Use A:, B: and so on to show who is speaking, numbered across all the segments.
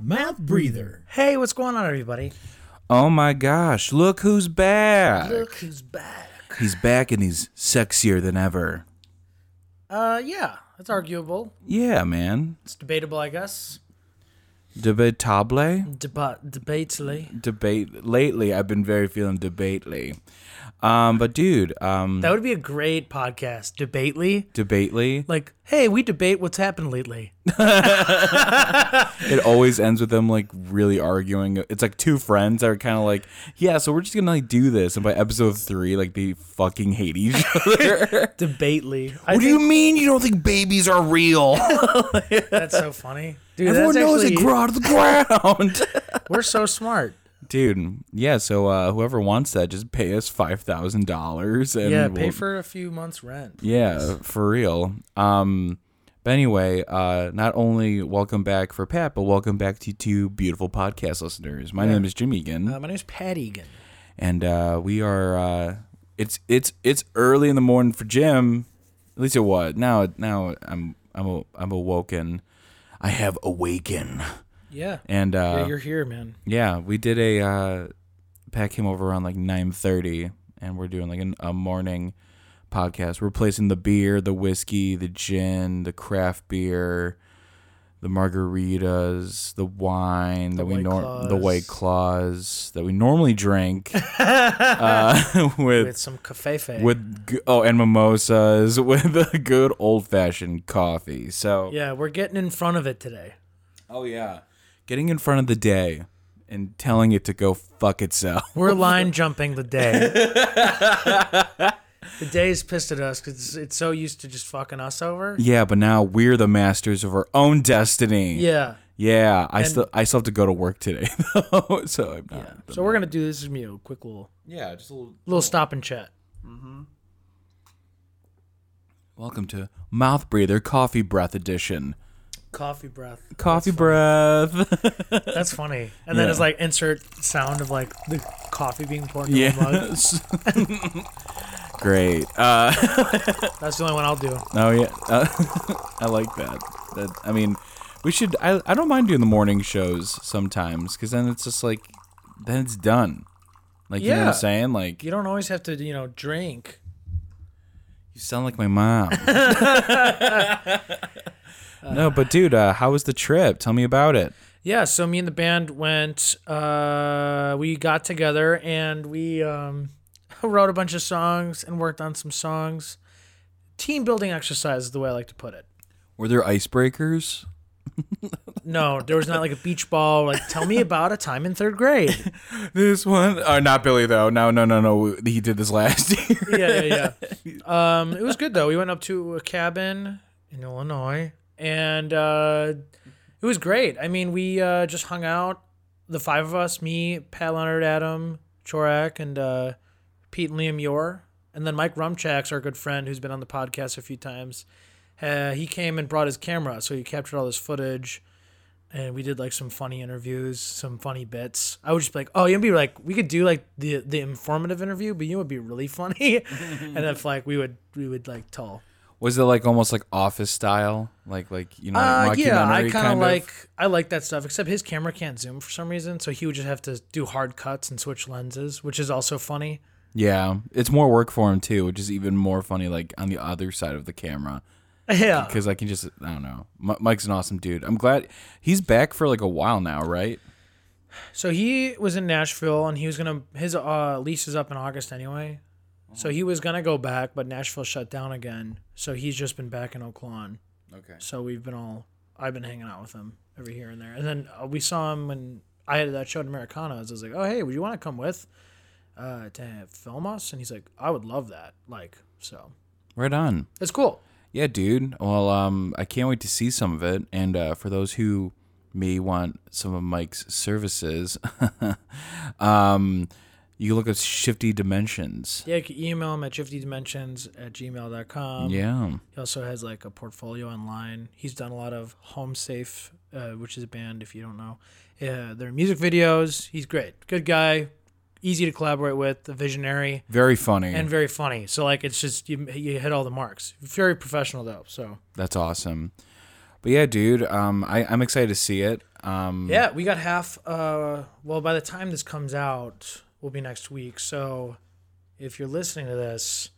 A: mouth breather.
B: Hey, what's going on, everybody?
C: Oh my gosh, look who's back.
B: Look who's back.
C: He's back and he's sexier than ever.
B: Uh, yeah, it's arguable.
C: Yeah, man.
B: It's debatable, I guess.
C: Debatable?
B: Deba- debately.
C: Debate. Lately, I've been very feeling debately. Um, but dude, um,
B: That would be a great podcast. Debately.
C: debately,
B: Like, hey, we debate what's happened lately.
C: it always ends with them like really arguing. It's like two friends that are kind of like, yeah, so we're just gonna like do this. And by episode three, like they fucking hate each other.
B: Debately. I
C: what do you mean you don't think babies are real?
B: That's so funny. Dude,
C: Everyone
B: that's
C: knows they
B: actually-
C: grow out of the ground.
B: We're so smart.
C: dude yeah so uh whoever wants that just pay us five thousand dollars and
B: Yeah,
C: we'll-
B: pay for a few months' rent.
C: yeah for real um but anyway uh not only welcome back for pat but welcome back to two beautiful podcast listeners my name is jim egan
B: Uh, my name's Pat Egan.
C: and uh we are uh it's it's it's early in the morning for jim at least it was now now i'm i'm a, i'm awoken i have awaken
B: Yeah.
C: and uh
B: yeah, you're here, man.
C: yeah, we did a uh Pat came over around like nine thirty and we're doing like an, a morning podcast. We're placing the beer, the whiskey, the gin, the craft beer, the margaritas, the wine that we
B: White
C: nor- the
B: Claws.
C: white claws that we normally drink uh, with
B: With some cafefe.
C: with g- oh and mimosas with a good old fashioned coffee. So
B: yeah, we're getting in front of it today.
C: oh yeah, getting in front of the day and telling it to go fuck itself.
B: We're line jumping the day. the day is pissed at us because it's, it's so used to just fucking us over.
C: Yeah, but now we're the masters of our own destiny.
B: Yeah.
C: Yeah, I still I still have to go to work today though, so I'm not.
B: So we're gonna do this is me a quick little
C: Yeah, just a little.
B: little stop and chat.
C: Welcome to Mouth Breather Coffee Breath Edition.
B: Coffee breath.
C: Coffee breath.
B: That's funny. And then
C: Yeah.
B: it's like insert sound of like the coffee being poured into a mug.
C: yes. Great. Uh,
B: That's the only one I'll do.
C: oh yeah, uh, I like that. That I mean, we should. I I don't mind doing the morning shows sometimes because then it's just like then it's done. Like you know what
B: Yeah.
C: I'm saying? Like
B: You don't always have to, you know, drink.
C: You sound like my mom. no, but dude, uh, how was the trip? Tell me about it.
B: Yeah, so me and the band went uh we got together and we um wrote a bunch of songs and worked on some songs. Team building exercise is the way I like to put it.
C: Were there icebreakers?
B: No, there was not like a beach ball. Like, tell me about a time in third grade.
C: This one, uh, not Billy though. No, no, no, no. He did this last year.
B: Yeah, yeah, yeah. Um, it was good though. We went up to a cabin in Illinois, and uh, it was great. I mean, we uh, just hung out, the five of us: me, Pat Leonard, Adam Chorak, and uh, Pete and Liam Yore, and then Mike Rumchak's our good friend who's been on the podcast a few times. Uh, he came and brought his camera, so he captured all this footage. and we did like some funny interviews, some funny bits. I would just be like, "Oh, you'd be like, we could do like the the informative interview, but you would be really funny." and if like we would we would like tell.
C: Was it like almost like office style? Like like you know,
B: Uh,
C: like
B: yeah, I
C: mockumentary
B: kind of like I like that stuff. Except his camera can't zoom for some reason, so he would just have to do hard cuts and switch lenses, which is also funny.
C: Yeah, it's more work for him too, which is even more funny. Like on the other side of the camera,
B: yeah,
C: because I can just I don't know. M- Mike's an awesome dude. I'm glad he's back for like a while now, right?
B: So he was in Nashville, and he was gonna his uh, lease is up in August anyway, so he was gonna go back, but Nashville shut down again. So he's just been back in Oakland.
C: Okay.
B: So we've been all I've been hanging out with him every here and there, and then uh, we saw him when I had that show at Americanos. I was like, "Oh hey, would you want to come with uh, to film us?" And he's like, "I would love that." Like so,
C: Right on.
B: it's cool.
C: Yeah, dude. Well, um, I can't wait to see some of it. And uh, for those who may want some of Mike's services, um, you look up Shifty Dimensions.
B: Yeah, you can email him at shiftydimensions at gmail.com.
C: Yeah.
B: He also has like a portfolio online. He's done a lot of Home Safe, uh, which is a band if you don't know. Uh, their music videos. He's great, good guy, easy to collaborate with, a visionary,
C: Very funny.
B: and very funny. So like, it's just you, you hit all the marks. Very professional though. So
C: That's awesome. But yeah, dude, um, I, I'm excited to see it. Um,
B: Yeah, we got half. Uh, well, by the time this comes out, will be next week. So, if you're listening to this,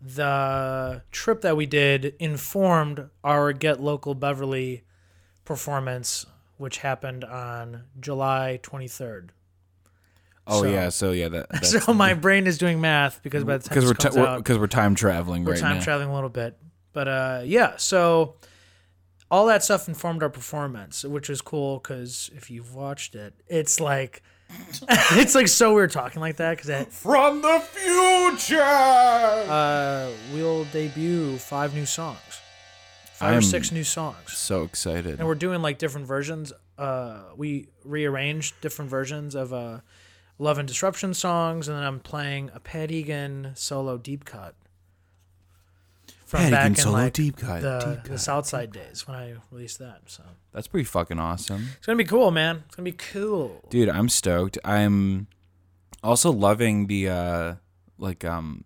B: the trip that we did informed our Get Local Beverly performance, which happened on July 23rd.
C: Oh
B: so-
C: yeah. So yeah. That, that's
B: so my brain is doing math because by the time
C: because
B: this
C: we're
B: comes
C: because we're,
B: out,
C: 'cause we're time traveling
B: we're
C: right
B: time
C: now.
B: traveling a little bit. But uh, yeah, so all that stuff informed our performance, which is cool because if you've watched it, it's like it's like so weird talking like that because that
C: From the future.
B: uh, we'll debut five new songs, 5
C: I'm-
B: or six new songs,
C: So excited.
B: and we're doing like different versions. Uh, we rearranged different versions of uh, Love and Disruption songs, and then I'm playing a Pat Egan solo deep cut from
C: Pat
B: back
C: Egan
B: in
C: solo
B: like
C: deep cut,
B: the,
C: deep
B: the Southside days when I released that. So
C: That's pretty fucking awesome.
B: it's gonna be cool, man. It's gonna be cool.
C: dude i'm stoked i'm also loving the uh like um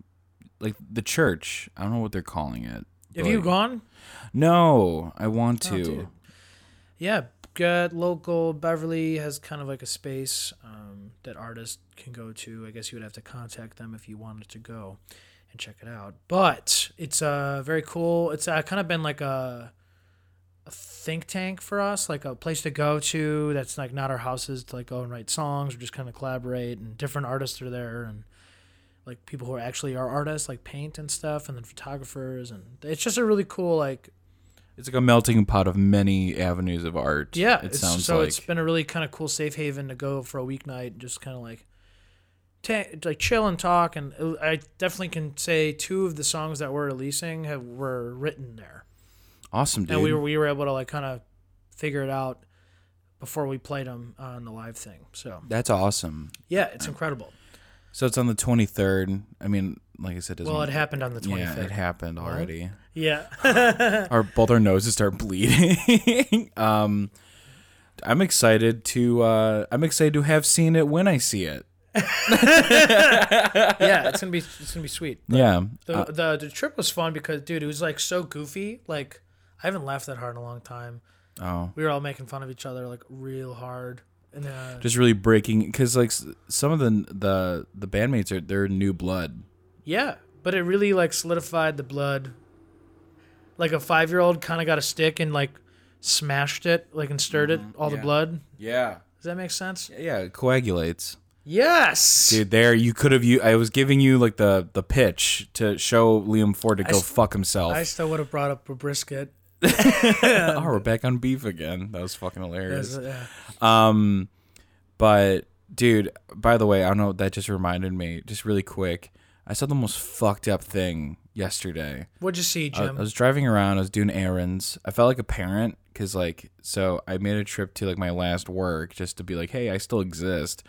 C: like the church i don't know what they're calling it
B: Have you
C: Like-
B: gone?
C: no i want
B: Oh,
C: to
B: dude. Yeah, get local. Beverly has kind of like a space um, that artists can go to. I guess you would have to contact them if you wanted to go and check it out. But it's uh, very cool. It's uh, kind of been like a, a think tank for us, like a place to go to that's like not our houses to like go and write songs or just kind of collaborate. And different artists are there and like people who are actually are artists, like paint and stuff, and then photographers. And it's just a really cool like
C: it's like a melting pot of many avenues of art
B: Yeah,
C: it
B: it's-
C: sounds
B: so
C: like
B: it's been a really kind of cool safe haven to go for a weeknight, and just kind of like, ta like chill and talk. And it- I definitely can say two of the songs that we're releasing have, were written there,
C: awesome dude
B: and we were we were able to like kind of figure it out before we played them on the live thing. So
C: that's awesome
B: yeah, it's incredible.
C: so it's on the 23rd i mean like i said it doesn't
B: Well, it happened on the twenty
C: yeah, it
B: fifth.
C: happened already.
B: Yeah,
C: Our both our noses start bleeding. um, I'm excited to. Uh, I'm excited to have seen it when I see it.
B: yeah, it's gonna be it's gonna be sweet.
C: Yeah, Uh,
B: The, the the trip was fun because dude, it was like so goofy. Like I haven't laughed that hard in a long time.
C: Oh,
B: we were all making fun of each other like real hard and uh,
C: just really breaking because like s- some of the the the bandmates are they're new blood.
B: yeah but it really like solidified the blood like a five year old kind of got a stick and like smashed it like and stirred it all
C: yeah.
B: the blood
C: Yeah,
B: does that make sense
C: yeah, it coagulates,
B: yes
C: dude. There, you could have. You, I was giving you like the the pitch to show Liam Ford to go
B: s-
C: fuck himself.
B: i still would have brought up a brisket
C: oh, we're back on beef again. That was fucking hilarious.
B: As, uh,
C: Um, but dude, by the way, I don't know. That just reminded me, just really quick. I saw the most fucked up thing yesterday.
B: what'd you see
C: I-
B: jim
C: I was driving around. I was doing errands. I felt like a parent because, like, so I made a trip to like my last work just to be like, "Hey, I still exist.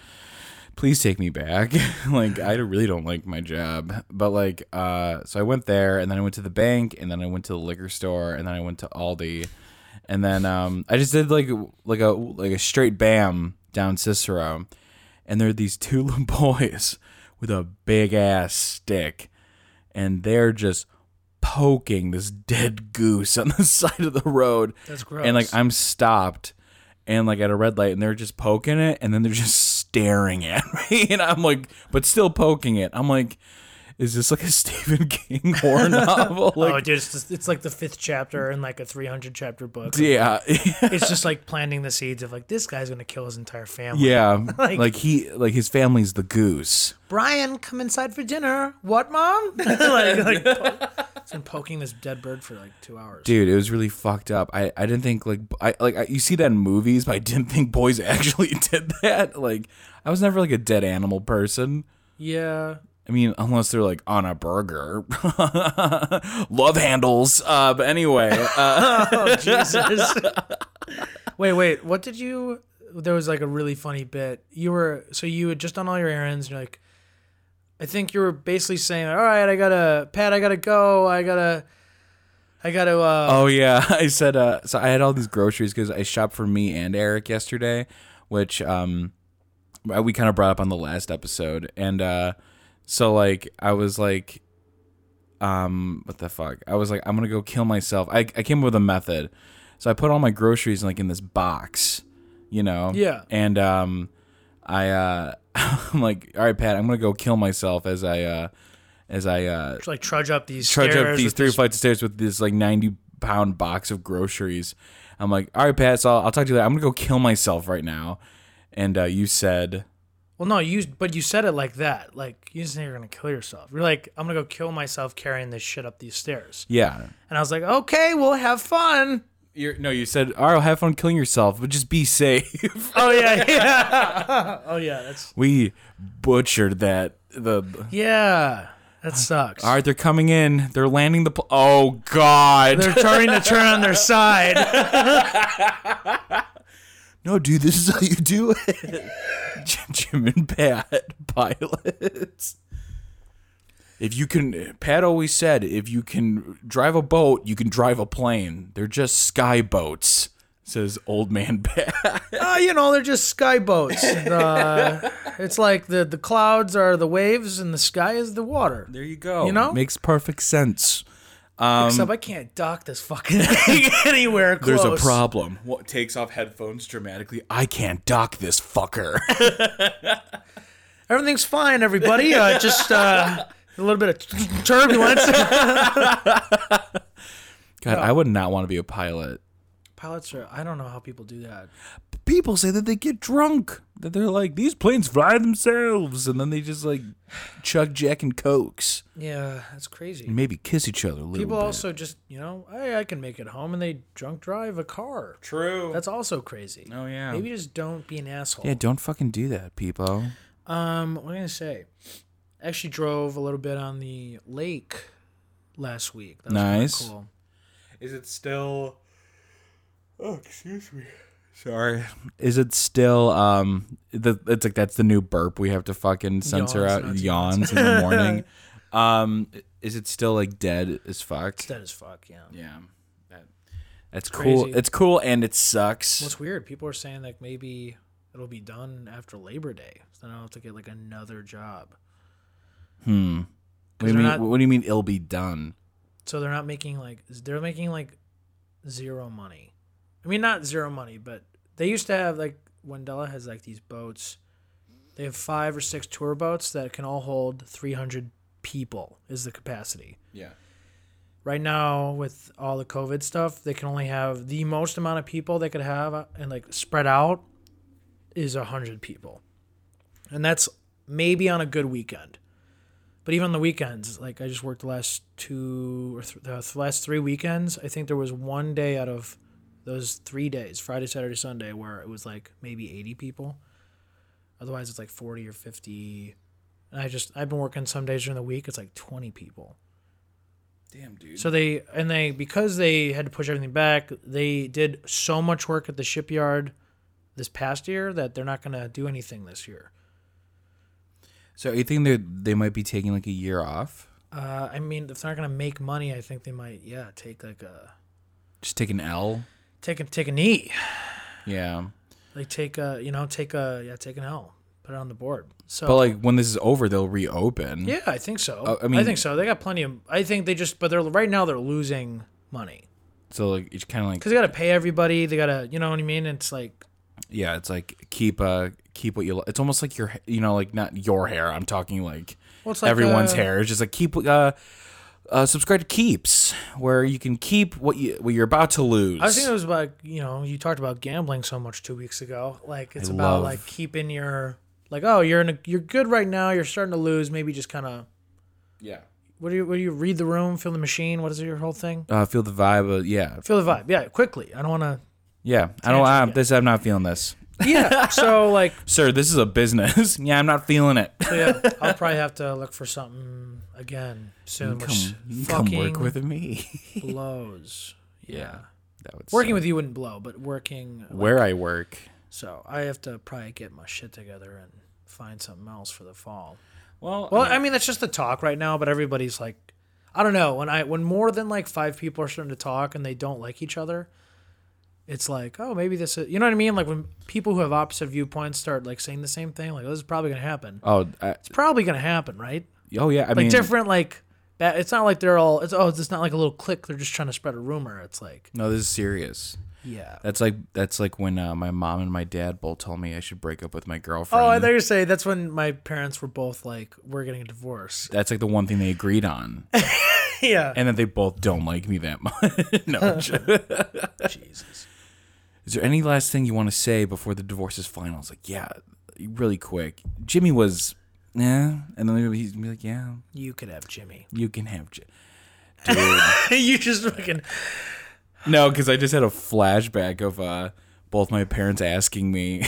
C: Please take me back." like, I really don't like my job, but like, uh, so I went there, and then I went to the bank, and then I went to the liquor store, and then I went to Aldi, and then um, I just did like like a like a straight bam down Cicero, and there are these two little boys with a big ass stick, and they're just poking this dead goose on the side of the road.
B: that's gross
C: And like I'm stopped and like at a red light and they're just poking it and then they're just staring at me and I'm like but still poking it. I'm like is this like a Stephen King horror novel?
B: oh
C: Like
B: dude it's, just, it's like the fifth chapter in like a 300 chapter book
C: yeah.
B: it's just like planting the seeds of like this guy's gonna kill his entire family
C: yeah.
B: Like-
C: Like, he like his family's the goose.
B: Brian, come inside for dinner. What, mom? like, like, po- it's been poking this dead bird for like two hours.
C: Dude, it was really fucked up. I, I didn't think like I like I, you see that in movies, but I didn't think boys actually did that. Like I was never like a dead animal person.
B: Yeah.
C: I mean, unless they're like on a burger, love handles. Uh, but anyway, uh,
B: Oh Jesus. wait, wait. What did you? There was like a really funny bit. You were so you had just done all your errands. And you're like, I think you were basically saying, "All right, I gotta, Pat, I gotta go. I gotta, I gotta." Uh,
C: oh yeah, I said. Uh, so I had all these groceries because I shopped for me and Eric yesterday, which um, we kind of brought up on the last episode, and uh, so like I was like, um, what the fuck? I was like, I'm gonna go kill myself. I I came up with a method, so I put all my groceries like in this box. you know?
B: Yeah.
C: And um, I uh, I'm like, all right, Pat, I'm gonna go kill myself as I uh, as I uh,
B: Just, like trudge up these
C: trudge
B: stairs
C: up these
B: with
C: three flights of stairs with this like 90 pound box of groceries. I'm like, all right, Pat, so I'll, I'll talk to you later. I'm gonna go kill myself right now. And uh, you said,
B: Well, no, you but you said it like that. Like you didn't say you're gonna kill yourself. You're like, I'm gonna go kill myself carrying this shit up these stairs.
C: yeah.
B: And I was like, okay, we'll have fun.
C: You're, no, you said, all right, have fun killing yourself, but just be safe.
B: Oh yeah, yeah. oh yeah, that's
C: we butchered that. The
B: yeah. That sucks.
C: all right, they're coming in. They're landing the. Pl- oh God!
B: They're starting to turn on their side.
C: no, dude, this is how you do it. Jim- Jim and Pat pilots. If you can, Pat always said, if you can drive a boat, you can drive a plane. They're just sky boats, says old man Pat.
B: Oh, you know, they're just sky boats. Uh, it's like the the clouds are the waves and the sky is the water.
C: There you go.
B: You know?
C: makes perfect sense.
B: Except I can't dock this fucking thing anywhere close.
C: There's a problem. What takes off headphones dramatically? I can't dock this fucker.
B: Everything's fine, everybody. Uh, just uh, a little bit of t- turbulence.
C: God, I would not want to be a pilot.
B: Pilots are. I don't know how people do that.
C: People say that they get drunk, that they're like, these planes fly themselves, and then they just like chug Jack and Cokes
B: Yeah, that's crazy.
C: and maybe kiss each other a little
B: People
C: bit.
B: also just, you know, hey, I can make it home, and they drunk drive a car.
C: True.
B: That's also crazy.
C: oh, yeah.
B: Maybe just don't be an asshole.
C: yeah, don't fucking do that, people.
B: Um, what am I gonna say? I actually drove a little bit on the lake last week. That was kinda
C: Nice.
B: Cool.
C: Is it still. Oh, excuse me. Sorry. Is it still um the it's like that's the new burp we have to fucking censor
B: Yawns,
C: out
B: not to
C: yawns in the morning. um is it still like dead as fuck?
B: It's dead as fuck. Yeah.
C: Yeah. That, that's cool.
B: crazy.
C: It's cool and it sucks.
B: What's weird? People are saying like maybe it'll be done after Labor Day. So then I'll have to get like another job.
C: Hmm. what do you
B: they're
C: mean
B: not-
C: what do you mean it'll be done?
B: So they're not making like they're making like zero money. I mean, not zero money, but they used to have like Wendella has like these boats. They have five or six tour boats that can all hold 300 people is the capacity.
C: Yeah.
B: right now with all the COVID stuff, they can only have the most amount of people they could have and like spread out is a hundred people, and that's maybe on a good weekend. But even on the weekends, like I just worked the last two or th- the last three weekends, I think there was one day out of those three days, Friday, Saturday, Sunday, where it was like maybe 80 people. Otherwise, it's like 40 or 50. And I just, I've been working some days during the week, it's like 20 people.
C: Damn dude.
B: So they and they because they had to push everything back, they did so much work at the shipyard this past year that they're not going to do anything this year.
C: So you think they they might be taking like a year off?
B: Uh, I mean, if they're not going to make money, I think they might yeah take like a
C: Just take an L?
B: take a take a knee,
C: Yeah.
B: like take a you know take a yeah take an L, put it on the board. So
C: But like when this is over, they'll reopen.
B: yeah, I think so.
C: I
B: I
C: mean-
B: mean, I think so. They got plenty of. I think they just but they're right now they're losing money
C: So like it's kind of like
B: because they got to pay everybody. They got to you know what I mean. It's like
C: yeah, it's like keep uh keep what you. Lo- it's almost like your you know like not your hair. I'm talking like,
B: Well, it's like,
C: everyone's
B: uh,
C: hair. It's just like keep uh. Uh, subscribe to Keeps, where you can keep what you what you're about to lose.
B: I was thinking it was about you know you talked about gambling so much two weeks ago. Like it's
C: I
B: about
C: love-
B: like keeping your like oh you're in a, you're good right now. You're starting to lose. Maybe just kind of
C: yeah,
B: what do you what do you read the room, feel the machine. What is it, your whole thing?
C: uh, feel the vibe. Of, yeah,
B: Feel the vibe. Yeah, quickly. I don't want
C: yeah. I don't. I'm, this. I'm not feeling this,
B: to. Yeah. so like
C: sir. This is a business. yeah, I'm not feeling it.
B: so yeah, I'll probably have to look for something again soon. Which
C: you can
B: fucking
C: come work with me.
B: blows. Yeah.
C: that would
B: Working with you wouldn't blow, but working
C: suck. where I work.
B: so I have to probably get my shit together and find something else for the fall.
C: Well,
B: Well, I mean that's just the talk right now, but everybody's like, I don't know. When I when more than like five people are starting to talk and they don't like each other, it's like, oh, maybe this is you know what I mean. Like when people who have opposite viewpoints start like saying the same thing, like this is probably gonna happen.
C: oh, I,
B: It's probably gonna happen, right?
C: oh yeah. I
B: Like
C: mean,
B: different like. ba- It's not like they're all. It's oh, it's not like a little click. They're just trying to spread a rumor. It's like
C: no, this is serious.
B: Yeah.
C: That's like that's like when uh, my mom and my dad both told me I should break up with my girlfriend.
B: Oh, I thought you were saying that's when my parents were both like, "We're getting a divorce."
C: that's like the one thing they agreed on,
B: yeah.
C: and that they both don't like me that much. no, I'm joking.
B: Jesus.
C: is there any last thing you want to say before the divorce is final? It's like, yeah, really quick. Jimmy was, yeah, and then he's gonna be like, yeah,
B: You could have Jimmy.
C: you can have Jim. Dude.
B: you just fucking.
C: No, because I just had a flashback of uh, both my parents asking me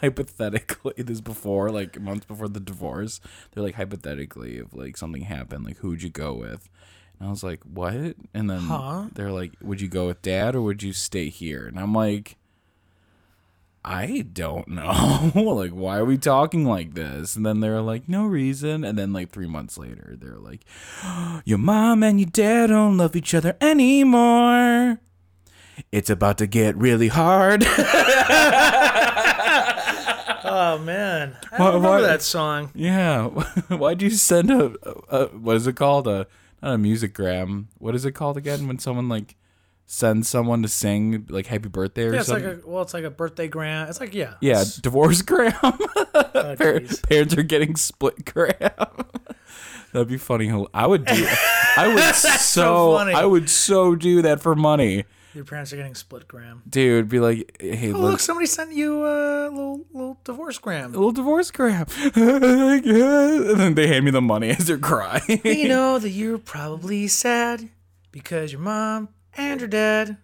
C: hypothetically this before, like months before the divorce. They're like hypothetically if like something happened, like who'd you go with? And I was like, what? And then
B: Huh?
C: they're like, would you go with dad or would you stay here? And I'm like, I don't know. like, why are we talking like this? And then they're like, no reason. And then, like, three months later, they're like, your mom and your dad don't love each other anymore. It's about to get really hard.
B: Oh man, I
C: Why-
B: don't remember
C: why-
B: that song.
C: yeah. Why'd you send a, a, what is it called? A, not a music gram. What is it called again? When someone, like, sends someone to sing, like, happy birthday or
B: Yeah, it's like
C: something?
B: a well, it's like a birthday grant. It's like yeah,
C: yeah,
B: it's-
C: divorce gram.
B: oh,
C: Par-
B: jeez.
C: parents are getting split crap. That'd be funny. Hel- I would do. I would so.
B: so funny.
C: I would so do that for money,
B: Your parents are getting split gram.
C: dude. Be like, hey,
B: Oh
C: look,
B: look, somebody sent you a little little divorce gram.
C: little divorce crap. and then they hand me the money as they're crying.
B: you know that you're probably sad because your mom and your dad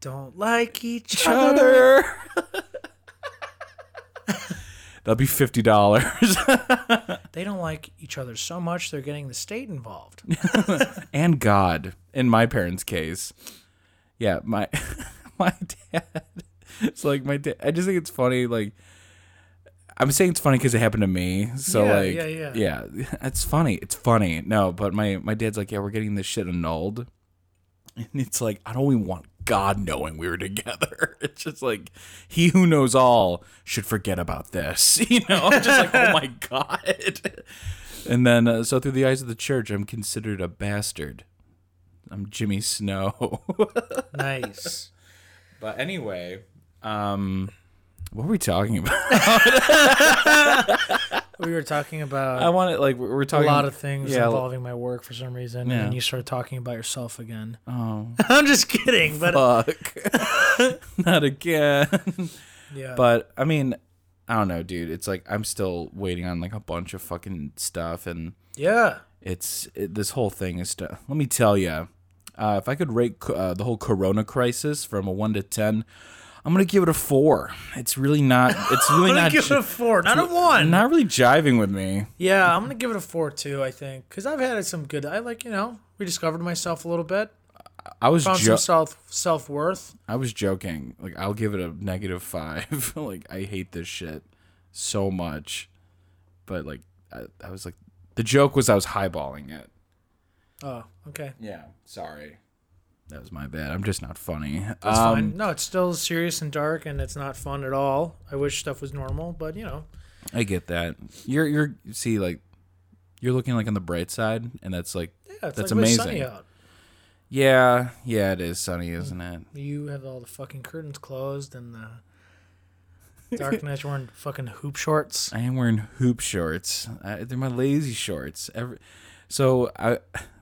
B: don't like each other.
C: Other. That'll be fifty dollars
B: They don't like each other so much they're getting the state involved.
C: and God in my parents' case. Yeah, my my dad. It's like my dad. I just think it's funny. Like I'm saying it's funny because it happened to me. So
B: Yeah,
C: like
B: yeah, yeah.
C: it's funny. It's funny. No, but my my dad's like, yeah, we're getting this shit annulled, and it's like I don't even want God knowing we were together. It's just like he who knows all should forget about this. You know, I'm just like, oh my God. And then, uh, so through the eyes of the church, I'm considered a bastard. I'm Jimmy Snow.
B: Nice.
C: But anyway, um, what were we talking about?
B: we were talking about
C: I want to like we're we're
B: a
C: talking
B: lot of things
C: Yeah,
B: involving my work for some reason, and
C: Yeah.
B: then you started talking about yourself again.
C: oh
B: I'm just kidding, but
C: fuck, not again.
B: yeah,
C: But I mean, I don't know, dude. It's like I'm still waiting on like a bunch of fucking stuff, and
B: yeah.
C: it's it, this whole thing is. St- Let me tell you, uh, if I could rate co- uh, the whole Corona crisis from a one to ten. I'm gonna give it a four. It's really not. It's really
B: I'm gonna
C: not.
B: give it a
C: Gi-
B: four, not a one.
C: not really jiving with me.
B: yeah, I'm gonna give it a four too. I think because I've had some good. I like you know rediscovered myself a little bit,
C: I was
B: found
C: jo-
B: some self self worth.
C: I was joking. Like I'll give it a negative five. like I hate this shit so much. But like I, I was like the joke was I was highballing it.
B: Oh, okay,
C: Yeah, sorry. That was my bad. I'm just not funny.
B: that's
C: Um,
B: fine. No, it's still serious and dark, and it's not fun at all. I wish stuff was normal, but you know,
C: I get that. You're you're see like you're looking like on the bright side, and that's like
B: yeah, it's
C: That's
B: like with
C: amazing.
B: sunny out.
C: yeah, yeah, it is sunny, isn't it?
B: You have all the fucking curtains closed and the darkness. You're wearing fucking hoop shorts.
C: I am wearing hoop shorts. I, they're my lazy shorts. Every, so I,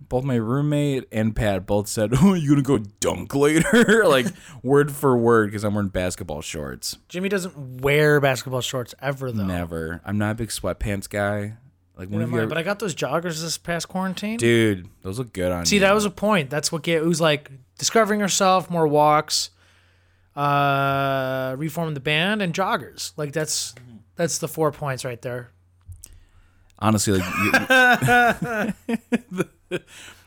C: both my roommate and Pat both said, "Oh, you gonna go dunk later?" like word for word, because I'm wearing basketball shorts.
B: Jimmy doesn't wear basketball shorts ever though.
C: Never. I'm not a big sweatpants guy. Like when
B: Never
C: have you
B: mind,
C: ever,
B: but I got those joggers this past quarantine.
C: dude, those look good on
B: See,
C: you.
B: that was a point. That's what get, it was like discovering yourself, more walks, uh, reforming the band, and joggers. Like that's that's the four points right there.
C: Honestly, like you,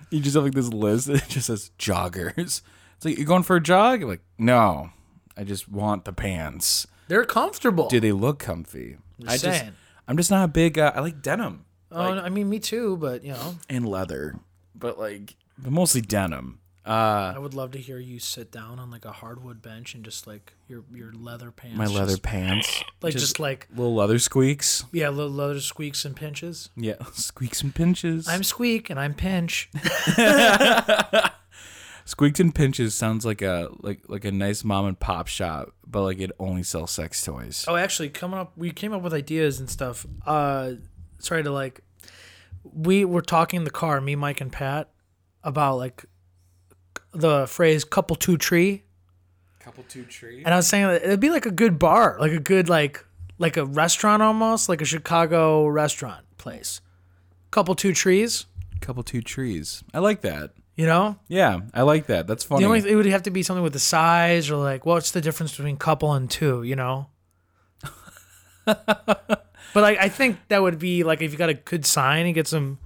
C: you just have like this list that just says joggers. It's like you're going for a jog. You're like, no, I just want the pants.
B: They're comfortable.
C: Do they look comfy? I
B: Just
C: just,
B: saying.
C: I'm just not a big. Uh, I like denim
B: Oh, I mean, me too. But you know,
C: and leather, but like, but mostly denim. Uh,
B: I would love to hear you sit down on like a hardwood bench and just like your your leather pants.
C: my leather
B: just-
C: pants,
B: like just, like
C: little leather squeaks.
B: yeah, little leather squeaks and pinches.
C: Yeah, squeaks and pinches.
B: I'm squeak and I'm pinch.
C: Squeaked and Pinches sounds like a like like a nice mom and pop shop, but like it only sells sex toys.
B: Oh, actually, coming up, we came up with ideas and stuff. Uh, sorry to like, we were talking in the car, me, Mike, and Pat, about like the phrase "couple two tree,"
C: Couple two tree.
B: and I was saying that it'd be like a good bar, like a good like like a restaurant almost, like a Chicago restaurant place. Couple two trees,
C: Couple two trees. I like that.
B: you know.
C: Yeah, I like that. That's funny.
B: The only it would have to be something with the size or like what's the difference between couple and two, you know? but like I think that would be like if you got a good sign and get some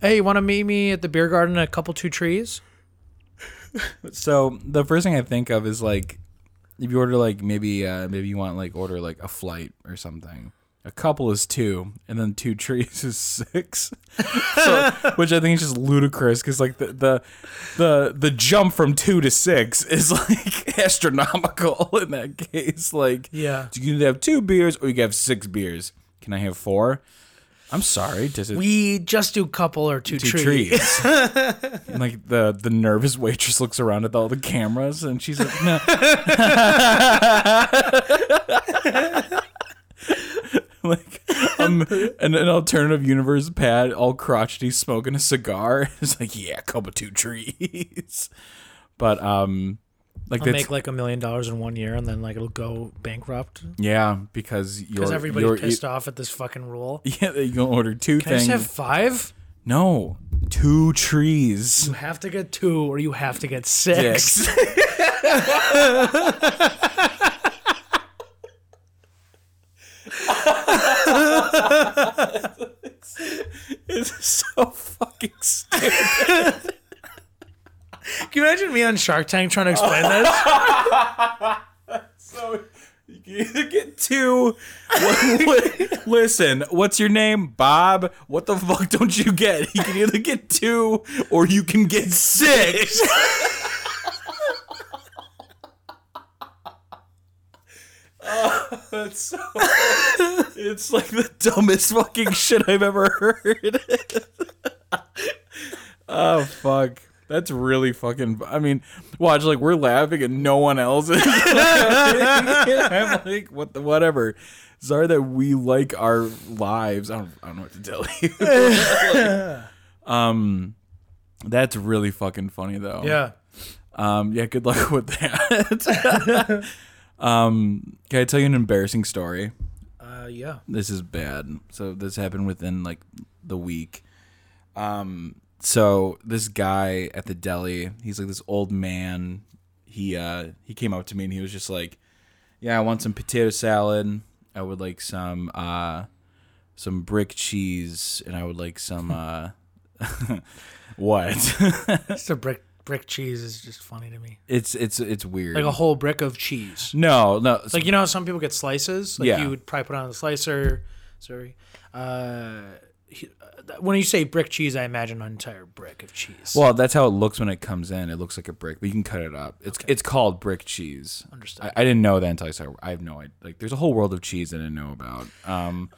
B: Hey, you wanna meet me at the beer garden at a couple two trees?
C: so the first thing I think of is like if you order like maybe uh maybe you want like order like a flight or something. A couple is two, and then two trees is six, so, which I think is just ludicrous because like the, the the the jump from two to six is like astronomical in that case. Like,
B: Yeah.
C: do you can have two beers or you can have six beers? Can I have four? I'm sorry, does it
B: We just do couple or two,
C: two
B: trees.
C: trees. and like the the nervous waitress looks around at all the cameras and she's like, no. like um, an, an alternative universe pad, all crotchety, smoking a cigar. It's like, yeah, couple two trees. But um, like
B: I'll
C: that's
B: make like a million dollars in one year and then like it'll go bankrupt.
C: yeah, because you're
B: Because
C: you're,
B: everybody's pissed off at this fucking rule.
C: Yeah, you can order two
B: Can I just
C: things.
B: have five?
C: no, two trees.
B: You have to get two or you have to get six.
C: it's so fucking stupid.
B: Can you imagine me on Shark Tank trying to explain this?
C: So you can either get two. what- what- listen, what's your name, Bob? What the fuck don't you get? You can either get two or you can get six. Oh, that's so. It's like the dumbest fucking shit I've ever heard. oh fuck. That's really fucking. I mean, watch like we're laughing and no one else is. I'm like, what the whatever. Sorry that we like our lives. I don't. I don't know what to tell you. Like, um, that's really fucking funny though.
B: Yeah.
C: Um, yeah, good luck with that. um, can I tell you an embarrassing story?
B: Uh, yeah.
C: This is bad. So this happened within like the week. Um, so this guy at the deli, he's like this old man. He uh he came up to me and he was just like, "Yeah, I want some potato salad. I would like some uh some brick cheese and I would like some uh what?
B: It's a brick brick cheese is just funny to me.
C: it's it's it's weird.
B: Like a whole brick of cheese.
C: No, no.
B: Like you know how some people get slices? Like
C: Yeah.
B: you would probably put on a slicer. Sorry. Uh he- uh, when you say brick cheese, I imagine an entire brick of cheese.
C: well, that's how it looks when it comes in. It looks like a brick, but you can cut it up. It's it's called brick cheese.
B: Understood.
C: I, I didn't know that until I started. I have no idea. Like, there's a whole world of cheese I didn't know about. Um,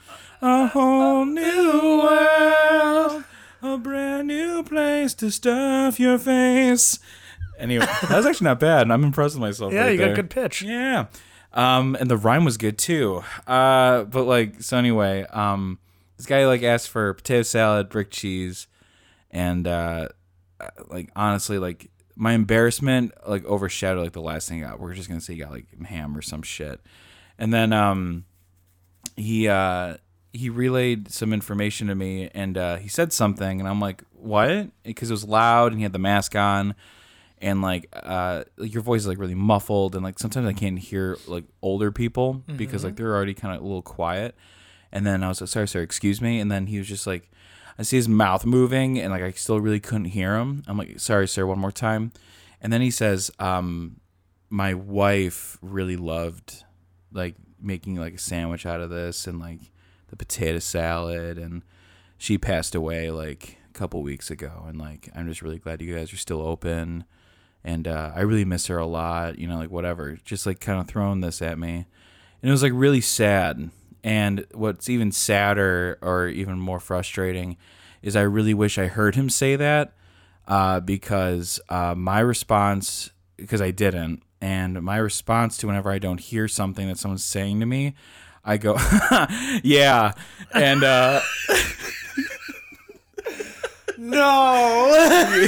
C: a whole new world, a brand new place to stuff your face. Anyway, that was actually not bad, and I'm impressed with myself.
B: yeah,
C: right
B: you got
C: there.
B: good pitch.
C: Yeah. Um, and the rhyme was good too. Uh, but like, so anyway, um, this guy like asked for potato salad, brick cheese, and uh, uh, like honestly, like my embarrassment like overshadowed like the last thing I got. We're just gonna say he got like ham or some shit, and then um, he uh he relayed some information to me and uh, he said something and I'm like what because it was loud and he had the mask on and like uh like, your voice is like really muffled and like sometimes I can't hear like older people because like they're already kind of a little quiet and then I was like sorry sorry excuse me and then he was just like I see his mouth moving and like I still really couldn't hear him I'm like sorry sir one more time and then he says um my wife really loved like making like a sandwich out of this and like the potato salad and she passed away like a couple weeks ago and like I'm just really glad you guys are still open and uh, I really miss her a lot you know like whatever just like kind of throwing this at me and it was like really sad and what's even sadder or even more frustrating is I really wish I heard him say that uh, because uh, my response because I didn't, and my response to whenever I don't hear something that someone's saying to me, I go, yeah, and uh,
B: No.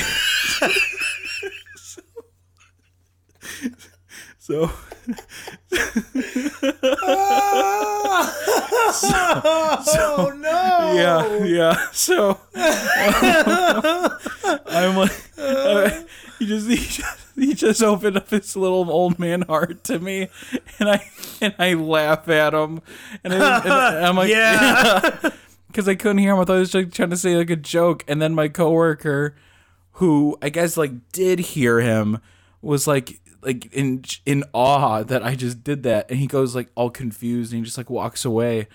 C: so
B: oh no.
C: yeah, yeah, so I'm like, he just he just he just opened up his little old man heart to me, and I and I laugh at him, and, I, and I'm like,
B: Yeah.
C: because I couldn't hear him. I thought he was like, trying to say like a joke, and then my coworker, who I guess like did hear him, was like like in in awe that I just did that, and he goes like all confused, and he just like walks away,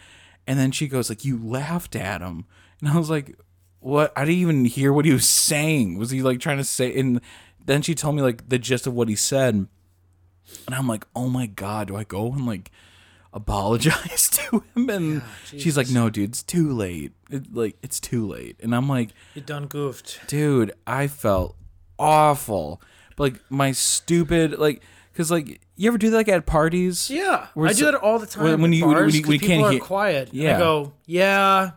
C: and then she goes like, "You laughed at him," and I was like, "What? I didn't even hear what he was saying. Was he like trying to say?" And then she told me like the gist of what he said. And I'm like, oh my god, do I go and like apologize to him? And she's like, no, dude, it's too late. It, like, it's too late. And I'm like,
B: You done goofed.
C: dude, I felt awful. But, like my stupid, like, cause like you ever do that like at parties?
B: Yeah.
C: We're
B: I
C: so-
B: do that all the time.
C: when- when
B: at
C: you- when
B: bars
C: you-
B: 'cause
C: when you
B: people
C: can't
B: are
C: hear-
B: quiet. and
C: Yeah.
B: I go, yeah.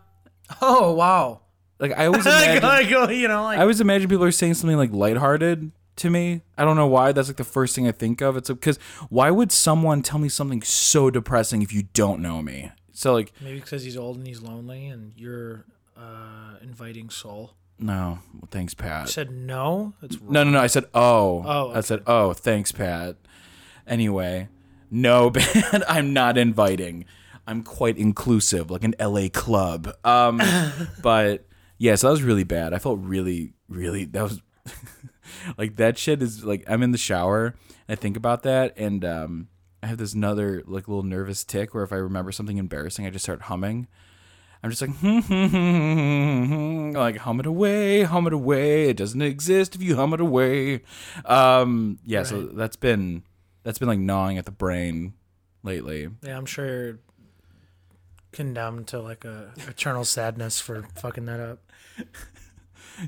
B: Oh wow.
C: Like I always
B: I
C: imagine,
B: go, I go, you know,
C: I
B: like
C: always imagine people are saying something like lighthearted to me. I don't know why. That's like the first thing I think of. It's because why would someone tell me something so depressing if you don't know me? So like
B: maybe because he's old and he's lonely, and you're uh, inviting soul.
C: no, thanks,
B: I
C: Pat.
B: said no. That's wrong.
C: No, no, no. I said, oh.
B: Oh,
C: I said, oh, thanks, Pat. Anyway, no, Pat, I'm not inviting. I'm quite inclusive, like an LA club. Um, but yeah, so that was really bad. I felt really, really, that was like that shit is like, I'm in the shower and I think about that. And, um, I have this another like little nervous tick where if I remember something embarrassing, I just start humming. I'm just like, hmm, hmm, hmm, hmm, hmm, hmm, like hum it away, hum it away. It doesn't exist if you hum it away. Um, yeah, so that's been that's been like gnawing at the brain lately.
B: Yeah, I'm sure you're condemned to like a eternal sadness for fucking that up.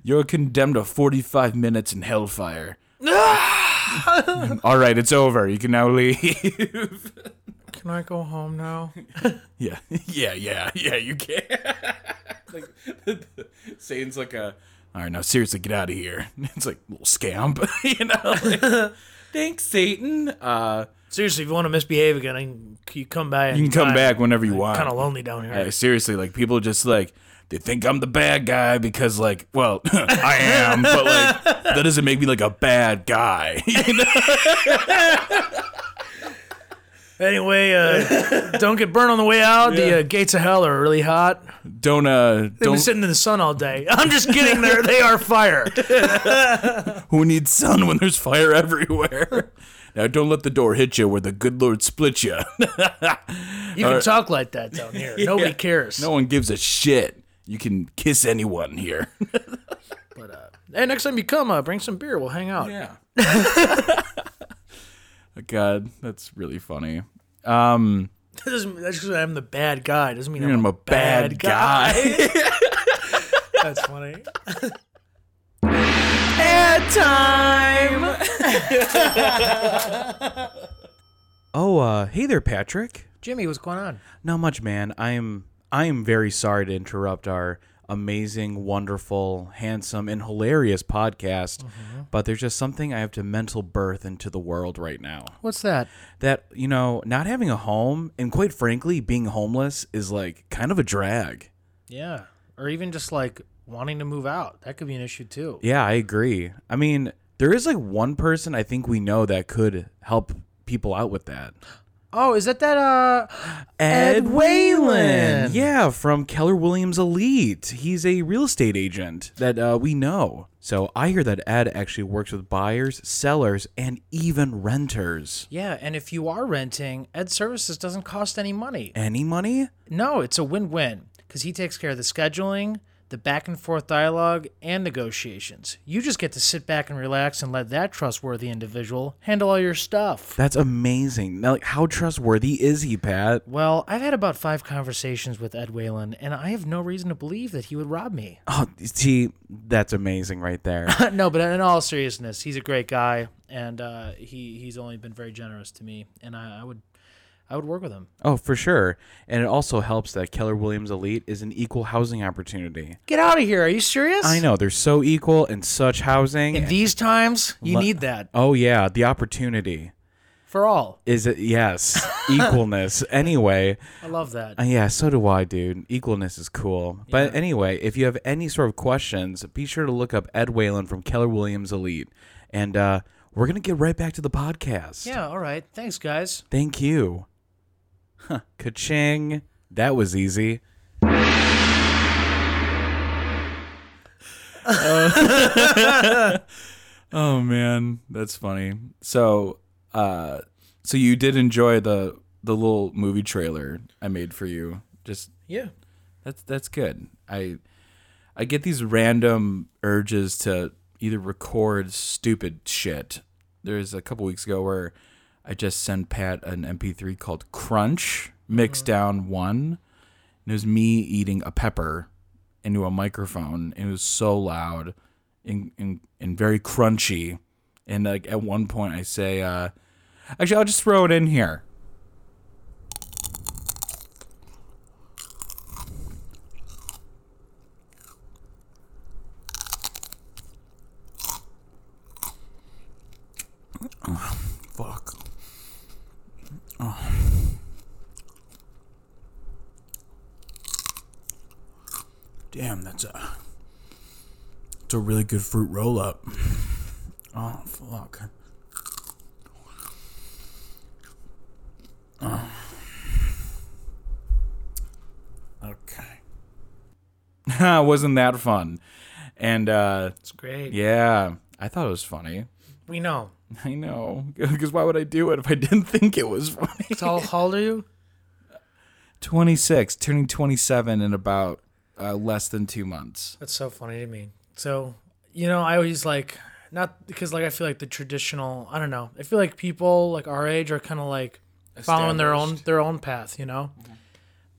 C: You're condemned to 45 minutes in hellfire. All right, it's over. You can now leave.
B: Can I go home now?
C: yeah, yeah, yeah, yeah. You can. like, Satan's like a. All right, now seriously, get out of here. It's like little scamp, you know. like, Thanks, Satan. Uh,
B: Seriously, if you want to misbehave again, I can, you come by.
C: You can come back whenever you want.
B: Kind of lonely down here.
C: Hey, seriously, like people just like they think I'm the bad guy because like, well, I am, but like that doesn't make me like a bad guy.
B: Anyway, uh, don't get burned on the way out. The uh, gates of hell are really hot.
C: don't uh,
B: They've been
C: don't.
B: sitting in the sun all day. I'm just kidding. There, they are fire.
C: Who needs sun when there's fire everywhere? now don't let the door hit you where the good Lord split you.
B: You can talk like that down here. Nobody cares.
C: no one gives a shit. You can kiss anyone here.
B: Hey, next time you come, uh, bring some beer. We'll hang out.
C: Yeah. Oh, God, that's really funny. Um,
B: That doesn't- that's because I'm the bad guy. Doesn't mean I'm,
C: I'm
B: a
C: a bad,
B: bad guy.
C: guy.
B: That's funny.
C: Oh, uh, hey there, Patrick.
B: Jimmy, what's going on?
C: Not much, man. I am I am very sorry to interrupt our amazing, wonderful, handsome, and hilarious podcast, but there's just something I have to mental birth into the world right now.
B: What's that?
C: That you know, not having a home and quite frankly, being homeless is like kind of a drag.
B: Yeah. Or even just like wanting to move out. That could be an issue too.
C: Yeah, I agree. I mean, there is like one person I think we know that could help people out with that.
B: Oh, is that that uh Ed Whalen.
C: Yeah, from Keller Williams Elite. He's a real estate agent that uh, we know. So I hear that Ed actually works with buyers, sellers, and even renters.
B: Yeah, and if you are renting, Ed Services doesn't cost any money.
C: Any money?
B: No, it's a win-win cuz he takes care of the scheduling, the back and forth dialogue, and negotiations. You just get to sit back and relax and let that trustworthy individual handle all your stuff.
C: That's amazing. Now, like, how trustworthy is he, Pat?
B: Well, I've had about five conversations with Ed Whalen, and I have no reason to believe that he would rob me.
C: Oh, see, that's amazing right there.
B: no, but in all seriousness, he's a great guy, and uh, he he's only been very generous to me, and I, I would I would work with him.
C: Oh, for sure. And it also helps that Keller Williams Elite is an equal housing opportunity.
B: Get out of here! Are you serious?
C: I know they're so equal and such housing.
B: In these times, you need that
C: oh yeah, the opportunity
B: for all.
C: is it? Yes, equalness. Anyway,
B: I love that.
C: Uh, yeah, so do I, dude. Equalness is cool. But anyway, if you have any sort of questions, be sure to look up Ed Whalen from Keller Williams Elite, and uh, we're gonna get right back to the podcast.
B: yeah. All right. Thanks, guys.
C: Thank you. Huh, ka-ching. That was easy. Uh, oh man, that's funny. So, uh, so you did enjoy the the little movie trailer I made for you. Just
B: Yeah.
C: that's that's good. I I get these random urges to either record stupid shit. There's a couple weeks ago where I just sent Pat an MP3 called Crunch Mixed Down One, and it was me eating a pepper into a microphone, and it was so loud and and, and very crunchy. And like at one point, I say, uh, "Actually, I'll just throw it in here." Fuck. Oh. Damn, that's a. It's a really good fruit roll up. Oh, fuck. Oh. Oh. Okay. Wasn't that fun? And, uh,
B: It's great.
C: yeah, I thought it was funny.
B: We know.
C: I know. Because why would I do it if I didn't think it was funny?
B: How, how old are you?
C: 26, turning 27 in about uh, less than two months.
B: That's so funny to me. So, you know, I always like not because like I feel like the traditional. I don't know. I feel like people like our age are kind of like following their own their own path. You know,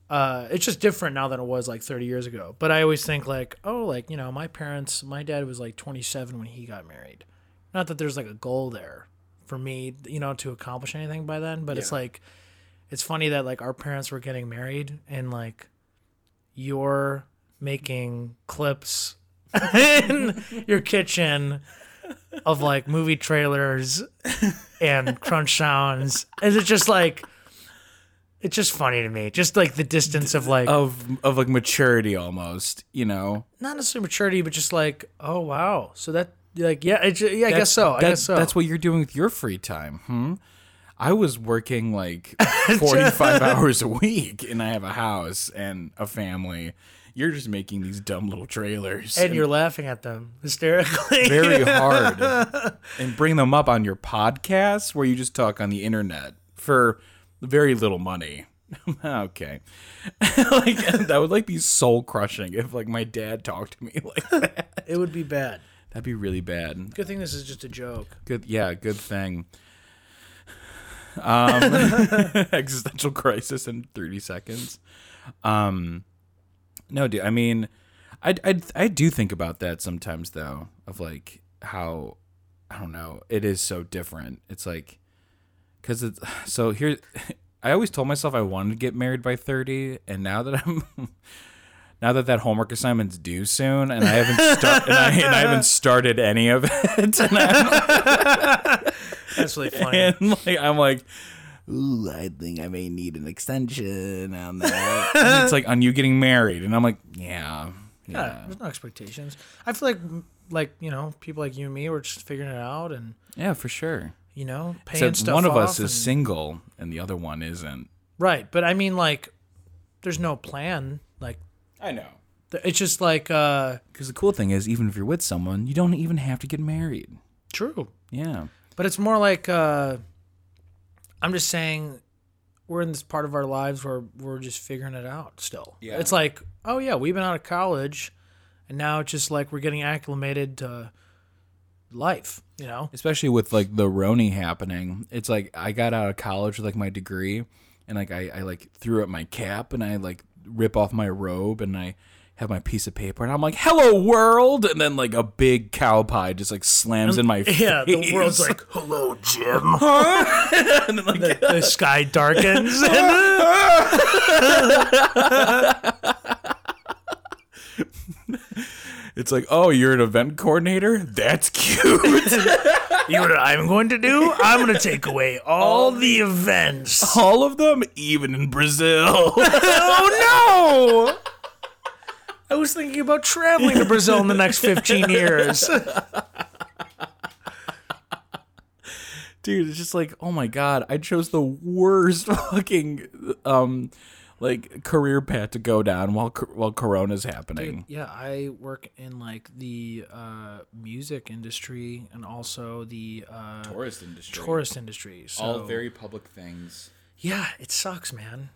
B: uh, it's just different now than it was like 30 years ago. But I always think like, oh, like you know, my parents, my dad was like 27 when he got married. Not that there's like a goal there for me, you know, to accomplish anything by then. But it's like, it's funny that like our parents were getting married and like you're making clips in your kitchen of like movie trailers and crunch sounds. Is it just like it's just funny to me. Just like the distance of like
C: Of, of like maturity almost, you know?
B: not necessarily maturity, but just like, oh wow. So that like yeah, it's, yeah, I guess so. I
C: That-
B: guess so.
C: That's what you're doing with your free time, hmm? I was working like 45 hours a week and I have a house and a family. You're just making these dumb little trailers.
B: and you're laughing at them hysterically.
C: very hard and bring them up on your podcast where you just talk on the internet for very little money. okay. like that would like be soul crushing if like my dad talked to me like that.
B: it would be bad.
C: That'd be really bad.
B: Good thing this is just a joke.
C: Good yeah, good thing. Um existential crisis in 30 seconds. Um no, dude, I mean I I I do think about that sometimes though of like how I don't know, it is so different. It's like cuz it's so here I always told myself I wanted to get married by 30 and now that I'm now that that homework assignment's due soon and I haven't start, and, I, and I haven't started any of it and I'm
B: That's really funny.
C: and like I'm like, ooh, I think I may need an extension on that. And it's like on you getting married, and I'm like, yeah,
B: Yeah,
C: yeah,
B: there's no expectations. I feel like, like you know, people like you and me, we're just figuring it out, and
C: yeah, for sure.
B: you know, paying
C: Except
B: stuff
C: one of us
B: off
C: is
B: and-
C: single, and the other one isn't.
B: right. But I mean, like, there's no plan. Like,
C: I know.
B: th- it's just like, uh
C: Because the cool thing is, even if you're with someone, you don't even have to get married.
B: true.
C: Yeah.
B: But it's more like, uh I'm just saying, we're in this part of our lives where we're just figuring it out. Still,
C: Yeah.
B: It's like, oh yeah, we've been out of college. and now it's just like we're getting acclimated to life. You know,
C: especially with like the Roni happening. It's like I got out of college with like my degree, and like I, I like threw up my cap and I like rip off my robe and I have my piece of paper and I'm like, "Hello world!" And then like a big cow pie just like slams in my
B: yeah,
C: face.
B: the world's like
C: "Hello, Jim," and then like
B: the sky darkens. and
C: it's like, "Oh, you're an event coordinator? That's cute."
B: you know what I'm going to do? I'm going to take away all the events.
C: All of them, even in Brazil.
B: Oh no! I was thinking about traveling to Brazil in the next 15 years.
C: dude it's just like oh my god i chose the worst fucking um like career path to go down while co- while corona's happening
B: Yeah, I work in like the uh, music industry and also the uh,
C: tourist industry
B: tourist industry. So
C: public things
B: yeah, it sucks, man.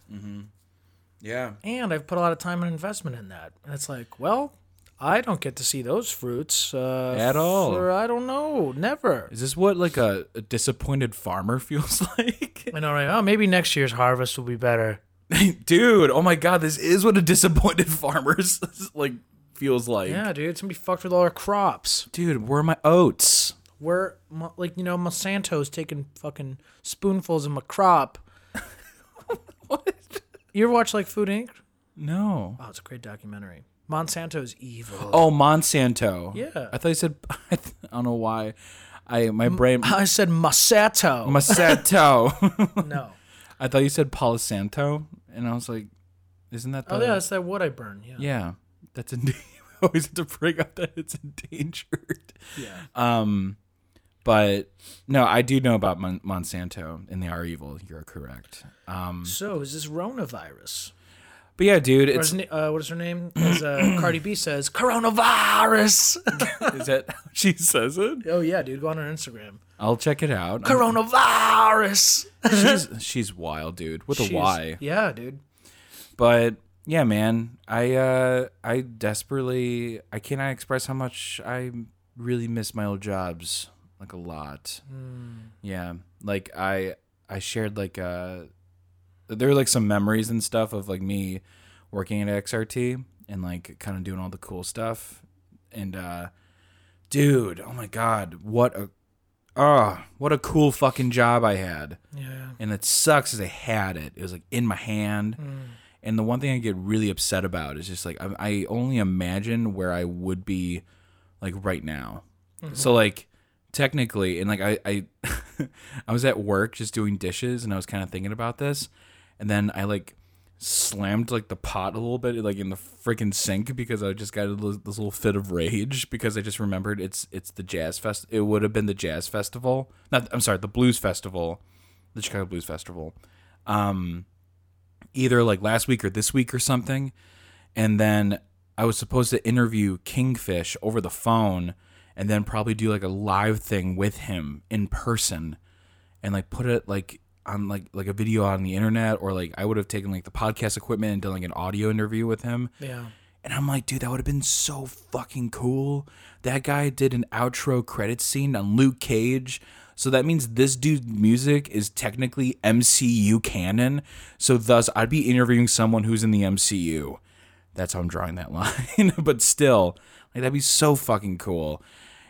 C: yeah
B: And I've put a lot of time and investment in that, and it's like, well, I don't get to see those fruits uh,
C: At all.
B: For, I don't know, never.
C: is this what like a, a disappointed farmer feels like
B: I know, right? Oh, maybe next year's harvest will be better.
C: dude oh my god this is what a disappointed farmer's like feels like
B: Yeah, dude, somebody fucked with all our crops.
C: dude where are my oats
B: We're Mo- like, you know, Monsanto's taking fucking spoonfuls of my crop.
C: what
B: You ever watch like Food Inc?
C: no
B: Oh, it's a great documentary. Monsanto's evil.
C: oh monsanto
B: Yeah.
C: i thought you said i don't know why i my brain
B: I said Monsanto.
C: Masato.
B: no.
C: I thought you said Polisanto, and I was like, isn't that the.
B: Oh yeah, that's that wood I burn. Yeah.
C: Yeah, that's in. I always have to bring up that it's endangered.
B: Yeah.
C: Um, but no, I do know about Mon- Monsanto, and they are evil. You're correct. Um,
B: So is this coronavirus?
C: but yeah, dude,
B: Or
C: it's
B: is na- uh, what is her name? As uh, Cardi B says, coronavirus.
C: is that how she says it?
B: oh yeah, dude, go on her Instagram.
C: I'll check it out.
B: Coronavirus.
C: she's she's wild, dude, with a
B: She's-
C: Y.
B: Yeah, dude.
C: but yeah man i uh i desperately i cannot express how much i really miss my old jobs like a lot yeah like i i shared like uh there were like some memories and stuff of like me working at xrt and like kind of doing all the cool stuff and uh dude oh my god what a ah what a cool fucking job i had
B: Yeah.
C: and it sucks because I had it. It was like in my hand. And the one thing I get really upset about is just like I, I only imagine where I would be, like right now. So like technically, and like I I, I was at work just doing dishes, and I was kind of thinking about this, and then I like slammed like the pot a little bit like in the freaking sink because I just got a little, this little fit of rage because I just remembered it's it's the jazz fest. It would have been the jazz festival. Not I'm sorry, the blues festival the Chicago Blues Festival, um, either like last week or this week or something. And then I was supposed to interview Kingfish over the phone and then probably do like a live thing with him in person and like put it like on like like a video on the internet or like I would have taken like the podcast equipment and done like an audio interview with him.
B: Yeah.
C: And I'm like, dude, that would have been so fucking cool. That guy did an outro credit scene on Luke Cage. So that means this dude's music is technically MCU canon. So thus, I'd be interviewing someone who's in the MCU. That's how I'm drawing that line. but still, like that'd be so fucking cool.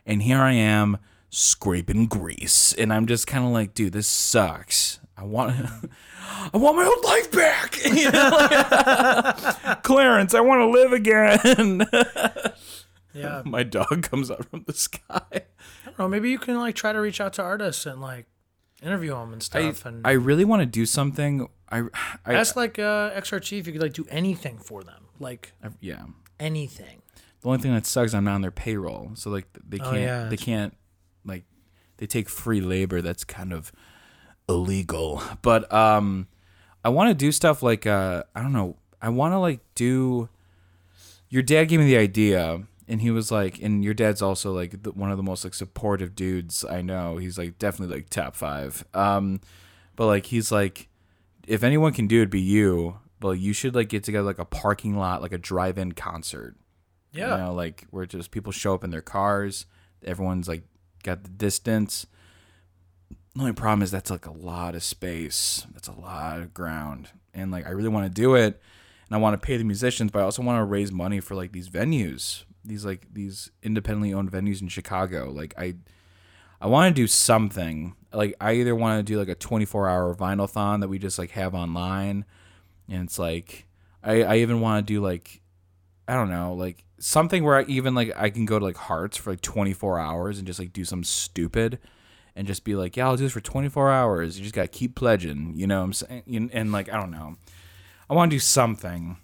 C: And here I am scraping grease, and I'm just kind of like, dude, this sucks. I want, I want my old life back. You know? Clarence, I want to live again.
B: Yeah.
C: My dog comes out from the sky.
B: Or maybe you can like try to reach out to artists and like interview them and stuff. and
C: I really want to do something. I, I,
B: That's like uh, XRT if you could like do anything for them, like
C: I- yeah.
B: anything.
C: The only thing that sucks, I'm not on their payroll, so like they can't,
B: yeah,
C: they
B: that's-
C: can't, like, they take free labor. That's kind of illegal. But um, I want to do stuff like uh, I don't know. I want to like do. Your dad gave me the idea, and he was like, and your dad's also like the, one of the most like supportive dudes I know. He's like definitely like top five. Um, but like he's like, if anyone can do it, be you. But you should like get together like a parking lot, like a drive-in concert
B: Yeah.
C: You know, like where just people show up in their cars, everyone's like got the distance. The only problem is that's like a lot of space. That's a lot of ground. And like I really want to do it and I want to pay the musicians, but I also want to raise money for like these venues. These like these independently owned venues in Chicago. Like I I want to do something. Like I either want to do like a 24-hour vinyl-thon that we just like have online and it's like I I even want to do like I don't know, like something where I even like I can go to like Hearts for like 24 hours and just like do some stupid and just be like, yeah, I'll do this for 24 hours. You just got to keep pledging, you know what I'm saying? And, and like I don't know. I want to do something.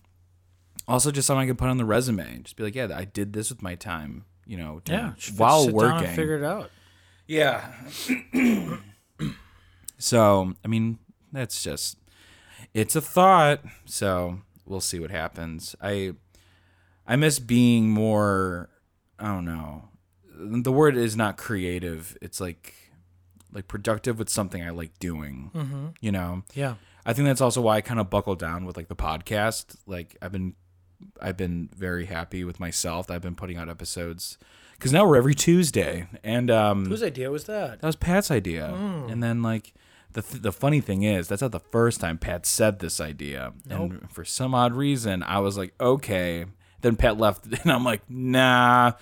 C: Also just something I can put on the resume. Just be like, yeah, I did this with my time, you know,
B: Yeah.
C: down-
B: just
C: while
B: sit down and
C: working.
B: figure it out.
C: Yeah. so, I mean, that's just it's a thought. So, we'll see what happens. I I miss being more I don't know. The word is not creative. It's like like productive with something I like doing. Mm-hmm. You know.
B: Yeah.
C: I think that's also why I kind of buckled down with like the podcast. Like I've been I've been very happy with myself. that I've been putting out episodes cuz now we're every Tuesday and um
B: Whose idea was that?
C: that was Pat's idea. And then like the th- the funny thing is that's not the first time Pat said this idea. And for some odd reason, I was like, okay. Then Pat left, and I'm like, nah.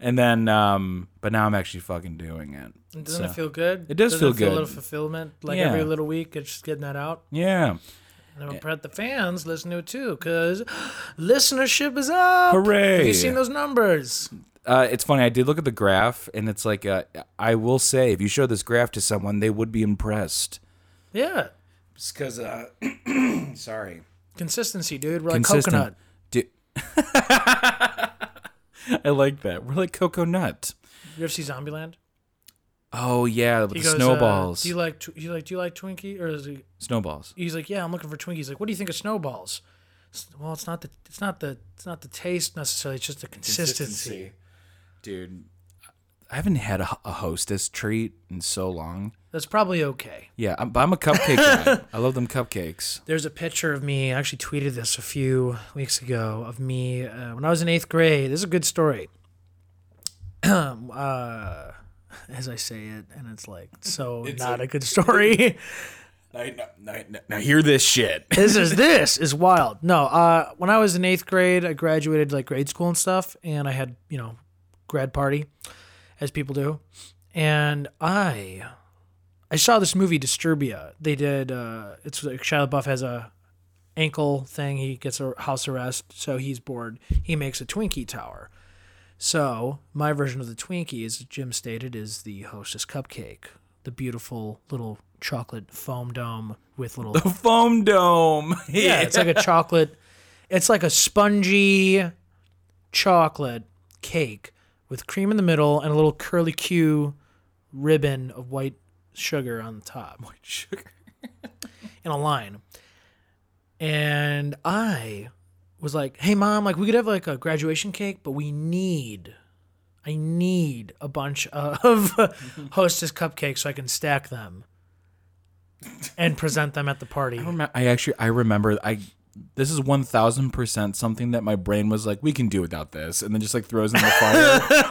C: And then, um, but now I'm actually fucking doing it.
B: And Doesn't
C: So-
B: it feel good?
C: It does
B: Doesn't
C: feel
B: it feel a little
C: good.
B: fulfillment, like
C: Yeah.
B: every little week, it's just getting that out.
C: Yeah.
B: And I'm proud the fans listen to it too, because listenership is up. Have
C: Hooray.
B: you seen those numbers?
C: Uh, it's funny. I did look at the graph, and it's like, uh, I will say, if you show this graph to someone, they would be impressed.
B: Yeah.
C: Because, uh, sorry.
B: Consistency, dude. We're
C: Consistent.
B: like coconut.
C: Du- I like that. We're like coconut.
B: You ever see Zombieland?
C: Oh yeah, with
B: He
C: the
B: goes, uh,
C: snowballs.
B: do you like? Tw- he's like, do you like Twinkie? Or is he,
C: snowballs.
B: he's like, yeah, I'm looking for Twinkies. He's like, what do you think of snowballs? S- Well, it's not the it's not the it's not the taste necessarily. It's just the consistency.
C: dude. I haven't had a, a hostess treat in so long.
B: That's probably okay.
C: Yeah, I'm, but I'm a cupcake guy. I love them cupcakes.
B: There's a picture of me. I actually tweeted this a few weeks ago of me uh, when I was in eighth grade. This is a good story. uh, as I say it, and it's like so not a good story.
C: Now, hear this shit.
B: this is this is wild. No, uh, when I was in eighth grade, I graduated like grade school and stuff, and I had you know grad party, as people do, and I I saw this movie Disturbia. They did uh, it's like Shia LaBeouf has a ankle thing. He gets a house arrest, so he's bored. He makes a Twinkie tower. So my version of the Twinkie, as Jim stated, is the Hostess cupcake, the beautiful little chocolate foam dome with little
C: Foam dome.
B: yeah, it's like a chocolate. It's like a spongy chocolate cake with cream in the middle and a little curly Q ribbon of white sugar on the top
C: Sugar.
B: in a line. And I was like, "Hey mom, like we could have like a graduation cake, but we need I need a bunch of hostess cupcakes so I can stack them and present them at the party."
C: I, remem- I actually I remember I. This is one thousand percent something that my brain was like, we can do without this, and then just like throws in the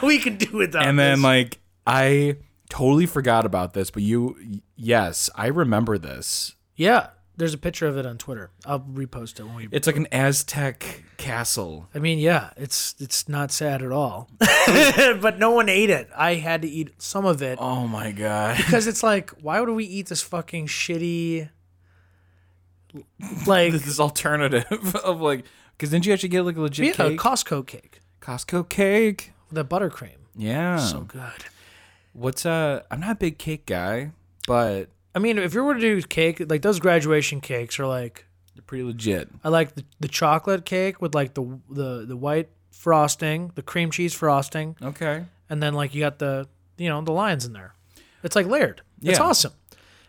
C: fire.
B: we could do without
C: and then
B: this.
C: like I totally forgot about this, but you y- yes, I remember this.
B: Yeah, there's a picture of it on Twitter. I'll repost it when we.
C: It's like an Aztec castle.
B: I mean, yeah, it's it's not sad at all, but no one ate it. I had to eat some of it
C: Oh my god.
B: because it's like, why would we eat this fucking shitty? Like,
C: this alternative of like cuz didn't you actually get like a
B: we
C: legit
B: had a
C: cake?
B: Costco cake,
C: Costco cake.
B: the buttercream,
C: Yeah.
B: so good.
C: What's uh I'm not a big cake guy, but
B: I mean, if you were to do cake, like those graduation cakes are like,
C: they're pretty legit.
B: I like the, the chocolate cake with like the the the white frosting, the cream cheese frosting,
C: Okay.
B: and then like you got the you know the lines in there. It's like layered. It's
C: Yeah.
B: awesome.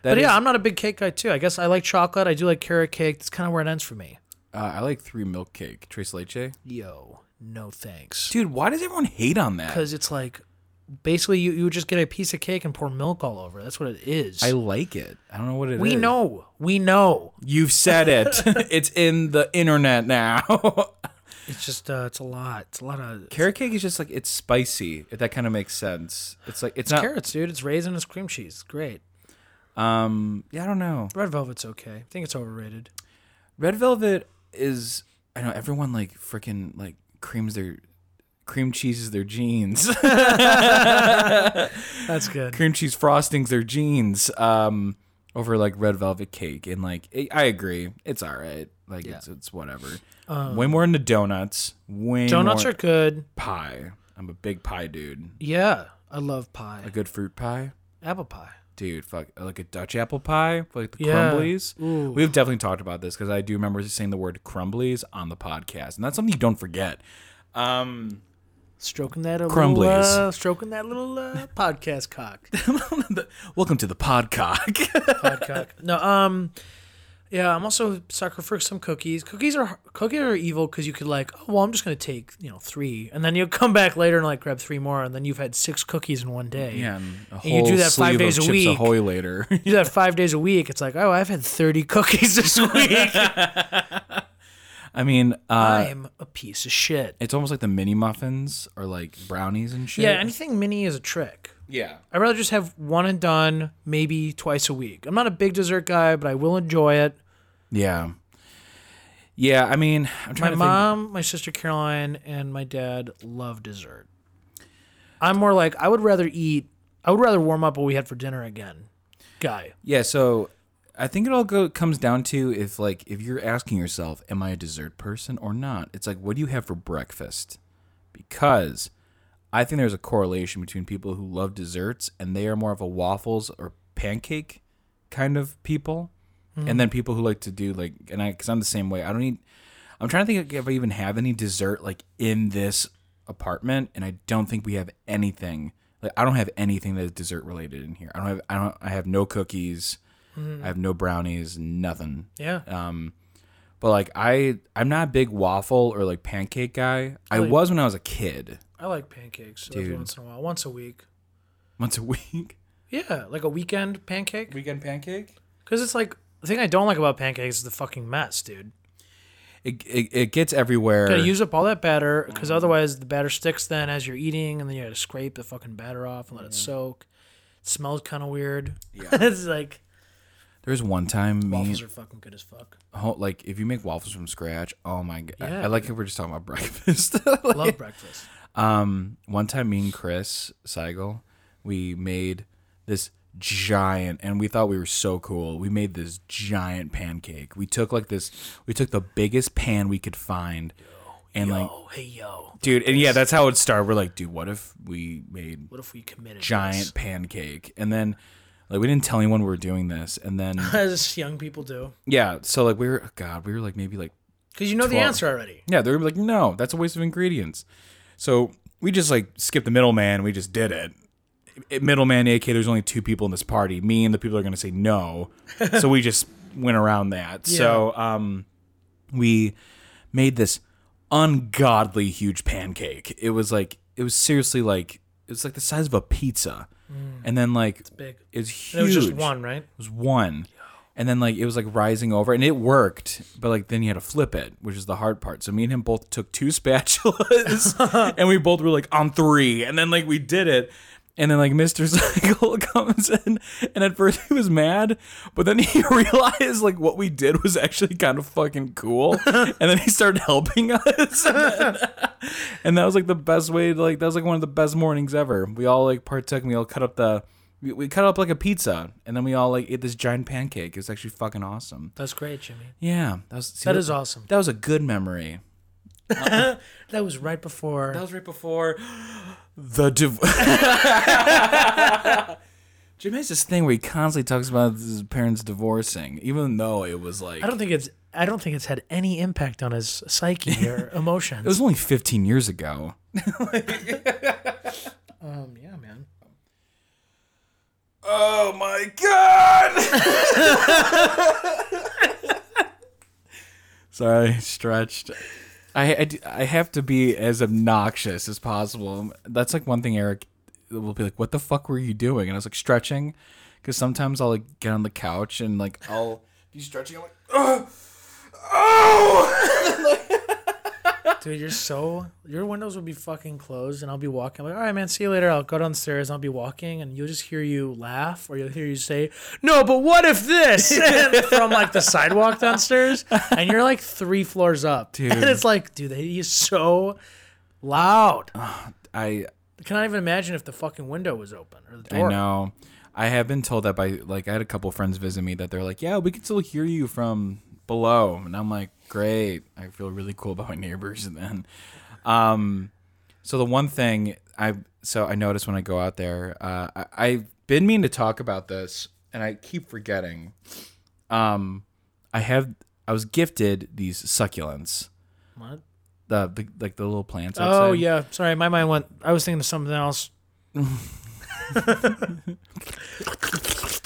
C: That
B: but
C: is-
B: yeah, I'm not a big cake guy too. I guess I like chocolate. I do like carrot cake. That's kind of where it ends for me.
C: uh, I like 3 milk cake, tres leche.
B: Yo, no thanks.
C: Dude, why does everyone hate on that?
B: Because it's like basically you you would just get a piece of cake and pour milk all over. it. That's what it is.
C: I like it. I don't know what it is.
B: we know. We know.
C: You've said it. it's in the internet now.
B: It's just uh, it's a lot. It's a lot of it's
C: Carrot cake is just like it's spicy. If that kind of makes sense. It's like it's, not.
B: carrots, dude. It's raisin. It's cream cheese. It's great.
C: Um. Yeah, I don't know.
B: Red velvet's okay. I think it's overrated.
C: Red velvet is. I know everyone like freaking like creams their cream cheeses their jeans.
B: That's good.
C: cream cheese frostings their jeans um over like red velvet cake and like i i agree it's all right like it's it's whatever way more into donuts way
B: Um, Donuts
C: more
B: are good.
C: pie i'm a big pie dude
B: Yeah, I love pie.
C: a good fruit pie
B: Apple pie.
C: dude fuck like a dutch apple pie like the
B: Yeah.
C: crumblies
B: Ooh.
C: we've definitely talked about this because i do remember saying the word crumblies on the podcast and that's something you don't forget um
B: Stroking that a little,
C: Crumblies.
B: uh, stroking that little uh, podcast cock.
C: welcome to the podcock
B: Podcock. No, um, yeah, I'm also a sucker for some cookies. Cookies are cookies are evil because you could like, oh well, I'm just gonna take you know three, and then you'll come back later and like grab three more, and then you've had six cookies in one day.
C: yeah and a
B: You do
C: whole
B: that five
C: sleeve of
B: days a
C: Chips
B: week.
C: Ahoy later
B: You do that five days a week. It's like, oh, I've had thirty cookies this week.
C: Uh, i mean uh
B: I'm a piece of shit.
C: It's almost like the mini muffins or like brownies and shit.
B: Yeah, anything mini is a trick.
C: yeah.
B: I'd rather just have one and done, maybe twice a week. I'm not a big dessert guy, but I will enjoy it.
C: Yeah. Yeah, I mean, I'm trying
B: My
C: to
B: mom, my sister Caroline, and my dad love dessert. I'm more like I would rather eat. I would rather warm up what we had for dinner again, guy.
C: think. Yeah, so I think it all go, comes down to if like if you're asking yourself, am I a dessert person or not? It's like what do you have for breakfast? Because I think there's a correlation between people who love desserts and they are more of a waffles or pancake kind of people. And then people who like to do like and I cuz I'm the same way. I don't eat I'm trying to think if I even have any dessert like in this apartment, and I don't think we have anything. Like I don't have anything that is dessert related in here. I don't have I don't I have no cookies,
B: Mm-hmm.
C: I have no brownies, nothing. Um,
B: Yeah,
C: But like I I'm not a big waffle or like pancake guy. I was when I was a kid,
B: I like pancakes every
C: Dude.
B: once in a while, once a week.
C: once a week.
B: Yeah, like a weekend pancake.
C: Weekend pancake.
B: Because it's like the thing I don't like about pancakes is the fucking mess, dude.
C: It it, it gets everywhere.
B: Gotta use up all that batter
C: Mm-hmm.
B: because otherwise the batter sticks. Then as you're eating, and then you gotta scrape the fucking batter off and let it
C: Mm-hmm.
B: soak. It smells kind of weird. Yeah, it's like
C: There's one time me
B: waffles are fucking good as fuck.
C: ho- like if you make waffles from scratch, oh my god! I,
B: Yeah.
C: I like how we're just talking about breakfast.
B: Love breakfast.
C: Um, one time, me and Chris Seigel, we made this giant, and we thought we were so cool. We made this giant pancake. We took like this, we took the biggest pan we could find, and like,
B: oh hey yo
C: dude, and yeah, that's how it started. We're like, dude, what if we made
B: what if we committed
C: giant pancake? And then, like, we didn't tell anyone we were doing this, and then
B: this? as young people do
C: yeah, so like we were, oh, God, we were like maybe like
B: because you know the
C: Twelve.
B: answer already
C: Yeah, they're gonna be like, no, that's a waste of ingredients. So we just like skipped the middleman. We just did it. it middleman, aka there's only two people in this party. Me and the people that are gonna say no. so we just went around that. So um, we made this ungodly huge pancake. It was like it was seriously like it was like the size of a pizza. And then like
B: Mm. big
C: it's huge.
B: and it was just one right
C: It was one. And then like it was like rising over and it worked, but like then you had to flip it, which is the hard part. So me and him both took two spatulas and we both were like on three. And then like we did it. And then like Mr. Cycle comes in and at first he was mad, but then he realized like what we did was actually kind of fucking cool. and then he started helping us. And, then- and that was like the best way to like that was like one of the best mornings ever. We all like partook and we all cut up the we, we cut up like a pizza and then we all like ate this giant pancake. It was actually fucking awesome.
B: that's great jimmy
C: Yeah, that was see,
B: that is awesome
C: that was a good memory.
B: that was right before
C: That was right before the divorce. Jim has this thing where he constantly talks about his parents divorcing, even though it was like
B: i don't think it's i don't think it's had any impact on his psyche or emotions
C: it was only 15 years ago.
B: um yeah man
C: Oh my god! Sorry, stretched. I, I, d- I have to be as obnoxious as possible. That's like one thing Eric will be like, "What the fuck were you doing?" And I was like, "Stretching," because sometimes I'll like get on the couch and like I'll be stretching. I'm like, "Ugh! oh,
B: Dude, you're so your windows will be fucking closed, and I'll be walking. I'm like, all right, man, see you later. I'll go downstairs, and I'll be walking, and you'll just hear you laugh, or you'll hear you say, "No, but what if this?" from like the sidewalk downstairs, and you're like three floors up, dude. And it's like, dude, they- he's so loud. I
C: I
B: cannot even imagine if the fucking window was open or the
C: I
B: door.
C: know. I have been told that by like I had a couple friends visit me that they're like, "Yeah, we can still hear you from below," and I'm like, "Great! I feel really cool about my neighbors." And then, um, so the one thing I so I notice when I go out there, uh, I, I've been meaning to talk about this, and I keep forgetting. Um, I have I was gifted these succulents,
B: What?
C: the, the like the little plants. Outside.
B: Oh yeah, sorry, my mind went. I was thinking of something else.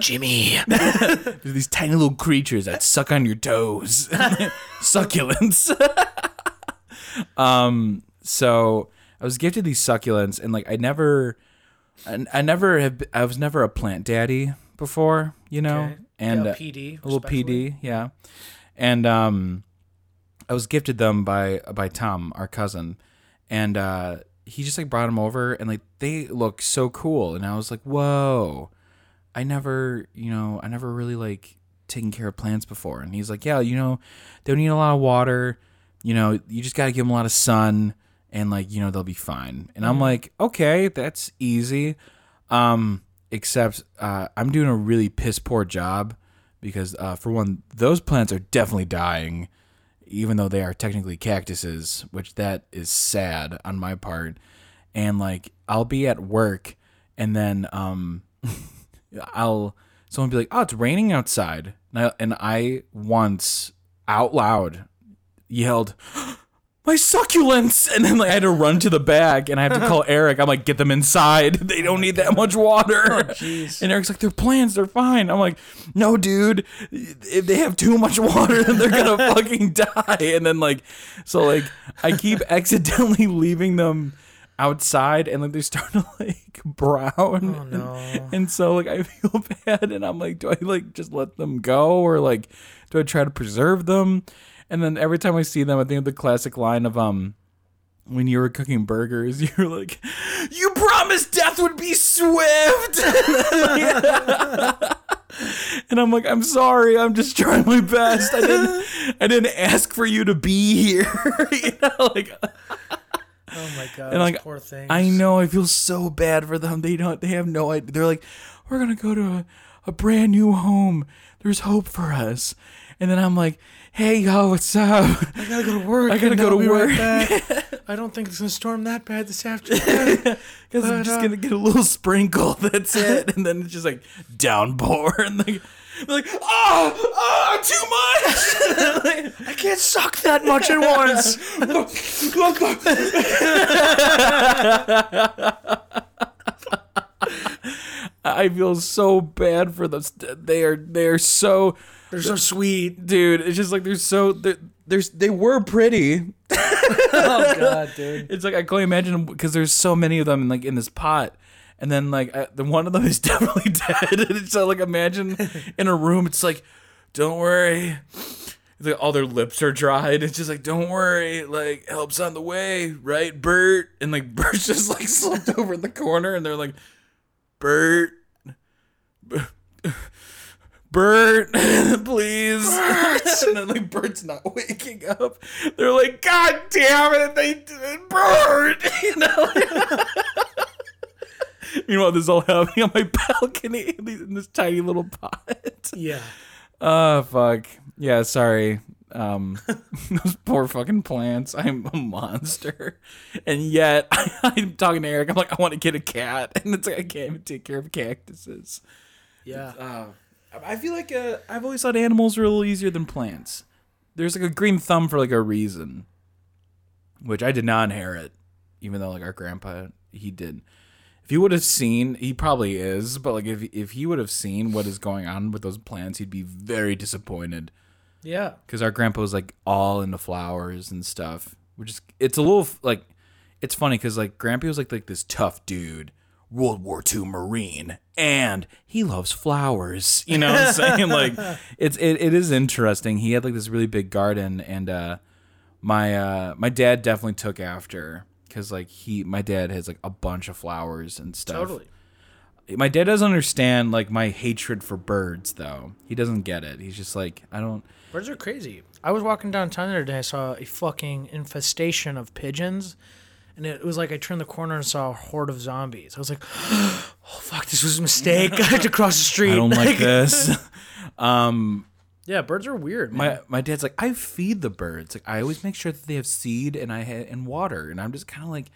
B: Jimmy.
C: There's these tiny little creatures that suck on your toes. succulents. um, so I was gifted these succulents, and like I never, I, I never have, I was never a plant daddy before, you know,
B: Okay.
C: and
B: Yeah,
C: uh,
B: PD,
C: a little
B: respectfully.
C: PD, yeah, and um, I was gifted them by by Tom, our cousin, and uh, he just like brought them over, and like they look so cool, and I was like, whoa. I never, you know, I never really like taking care of plants before. And he's like, yeah, you know, they don't need a lot of water. You know, you just got to give them a lot of sun and like, you know, they'll be fine. And I'm like, okay, that's easy. Um, except uh, I'm doing a really piss poor job because, uh, for one, those plants are definitely dying, even though they are technically cactuses, which that is sad on my part. And like, I'll be at work and then, um, I'll someone be like, "Oh, it's raining outside," and I, and I once out loud yelled, "My succulents!" And then like I had to run to the back, and I have to call Eric. I'm like, "Get them inside. They don't need that much water."
B: Oh, jeez.
C: and Eric's like, "They're plants. They're fine." I'm like, "No, dude. If they have too much water, then they're gonna fucking die." And then like, so like I keep accidentally leaving them. Outside and like they start to like brown.
B: Oh no.
C: And so like I feel bad and I'm like, do I like just let them go or like do I try to preserve them? And then every time I see them, I think of the classic line of um when you were cooking burgers, you were like, You promised death would be swift And I'm like, I'm sorry, I'm just trying my best. I didn't I didn't ask for you to be here. you know, like
B: Oh my god.
C: And,
B: those
C: like,
B: poor things.
C: I know. I feel so bad for them. They don't. They have no idea. They're like, we're gonna go to a, a brand new home. There's hope for us. And then I'm like, hey yo, what's up?
B: I gotta go to work.
C: I gotta
B: and
C: go
B: I'll
C: to
B: be right
C: work.
B: back. I don't think it's gonna storm that bad this afternoon.
C: Because I'm
B: But,
C: just
B: uh,
C: gonna get a little sprinkle. That's it. And then it's just like downpour. And like, they're like, oh, oh, too much.
B: uh, I can't suck that much at once.
C: I feel so bad for them. They are. They are so.
B: They're so sweet.
C: dude it's just like they're so they're, they're they were pretty
B: Oh god, dude.
C: it's like i can only imagine because there's so many of them like in this pot and then like I, the one of them is definitely dead and so like imagine in a room it's like don't worry it's like all their lips are dried it's just like don't worry like help's on the way right bert and like bert's just like slumped over in the corner and they're like bert Bert, please. and then like Bert's not waking up. They're like, God damn it, they Bert, you know. Meanwhile, this is all happening on my balcony in these- in this tiny little pot.
B: Yeah.
C: Oh fuck. Yeah, sorry. Um, those poor fucking plants. I'm a monster, and yet I, am talking to Eric. I'm like, I want to get a cat, and it's like I can't even take care of cactuses.
B: Yeah.
C: Uh, I feel like uh, I've always thought animals were a little easier than plants. There's like a green thumb for like a reason, which I did not inherit, even though like our grandpa he did. If he would have seen, he probably is, but like if if he would have seen what is going on with those plants, he'd be very disappointed
B: Yeah.
C: because our grandpa was like all into flowers and stuff, which is it's a little like it's funny because like grandpa was like like this tough dude, World War II Marine, and he loves flowers. You know what I'm saying? like it's it, it is interesting. He had like this really big garden, and uh, my uh my dad definitely took after because like he my dad has like a bunch of flowers and stuff
B: Totally.
C: my dad doesn't understand like my hatred for birds though he doesn't get it he's just like i don't
B: Birds are crazy. I was walking downtown the other day. I saw a fucking infestation of pigeons, and it was like I turned the corner and saw a horde of zombies. I was like, "Oh fuck, this was a mistake. I had to cross the street."
C: i don't like this
B: Yeah, birds are weird. man.
C: my my dad's like i feed the birds like i always make sure that they have seed and i ha- and water and i'm just kind of like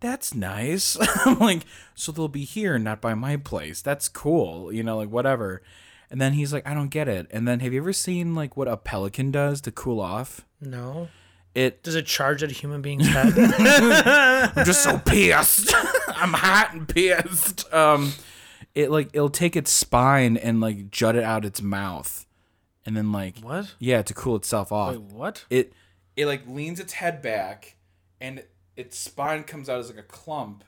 C: that's nice i'm like so they'll be here and not by my place that's cool you know like whatever and then he's like i don't get it and then have you ever seen like what a pelican does to cool off
B: no.
C: it
B: Does it charge at a human being's head?
C: I'm just so pissed. I'm hot and pissed. Um, it like it'll take its spine and like jut it out its mouth, and then like
B: what?
C: yeah to cool itself off.
B: Wait, what?
C: It it like leans its head back, and its spine comes out as like a clump,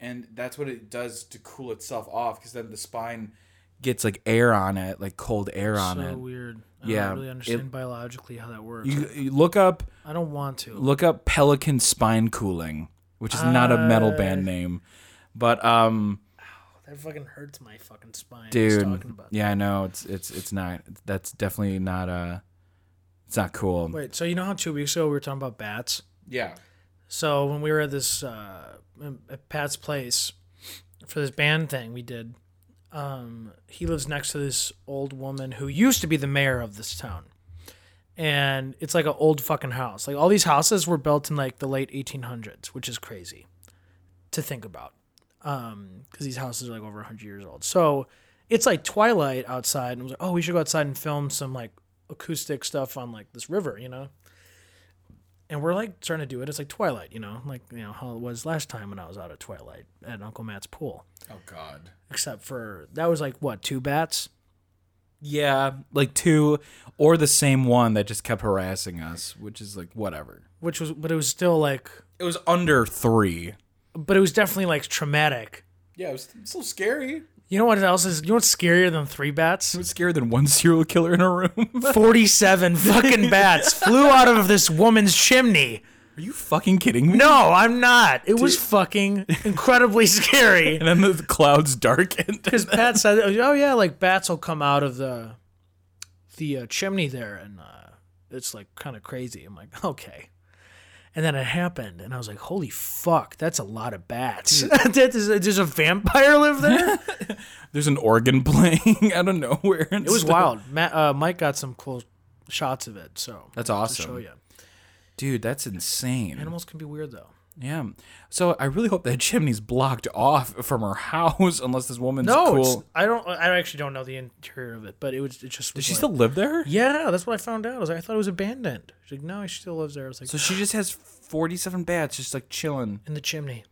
C: and that's what it does to cool itself off. Because then the spine gets like air on it, like cold air on
B: so
C: it.
B: weird. I
C: Yeah,
B: don't really
C: it-
B: understand biologically how that works.
C: You, you look up
B: I don't want to.
C: look up Pelican Spine Cooling, which is not a metal
B: Uh,
C: band name, but um,
B: that fucking hurts my fucking spine. Just talking
C: dude,
B: about.
C: yeah, I know it's it's it's not. That's definitely not uh It's not cool.
B: Wait, so you know how two weeks ago we were talking about bats?
C: Yeah,
B: So when we were at this uh, at Pat's place for this band thing we did, um, he lives next to this old woman who used to be the mayor of this town, and it's like an old fucking house. Like all these houses were built in like the late 1800s, which is crazy to think about, because these houses are like over 100 years old. So it's like twilight outside, and I was like, oh, we should go outside and film some like acoustic stuff on like this river, you know and we're like trying to do it. It's like Twilight, you know, like you know how it was last time when I was out at Twilight at Uncle Matt's pool.
C: Oh God.
B: Except for that was like what two bats?
C: Yeah, like two or the same one that just kept harassing us, which is like whatever.
B: Which was, but it was still like,
C: It was under three.
B: but it was definitely like traumatic.
C: Yeah, it was so scary. It
B: You know what else is? You know what's scarier than three bats?
C: was scarier than one serial killer in a room.
B: Forty-seven fucking bats flew out of this woman's chimney.
C: Are you fucking kidding me?
B: No, I'm not. It was fucking incredibly scary.
C: And then the clouds darkened.
B: Because Pat said, "Oh yeah, like bats will come out of the the uh, chimney there, and uh, it's like kind of crazy." I'm like, "Okay," and then it happened, and I was like, "Holy fuck, that's a lot of bats! That is- Does a vampire live there?" it
C: There's an organ playing out of nowhere. It
B: was wild. Matt, uh, Mike got some cool shots of it, so
C: That's
B: to show
C: awesome.
B: you.
C: Dude, that's insane.
B: Animals can be weird though.
C: yeah. So I really hope that chimney's blocked off from her house unless this woman's
B: No, it's-
C: cool.
B: I don't. I actually don't know the interior of it, but it was. It just.
C: Does
B: Was
C: she
B: like-
C: still live there?
B: Yeah, that's what I found out. I was like, I thought it was abandoned. She's like, no, she still lives there. I was like,
C: So she just has 47 bats just like chilling.
B: in the chimney.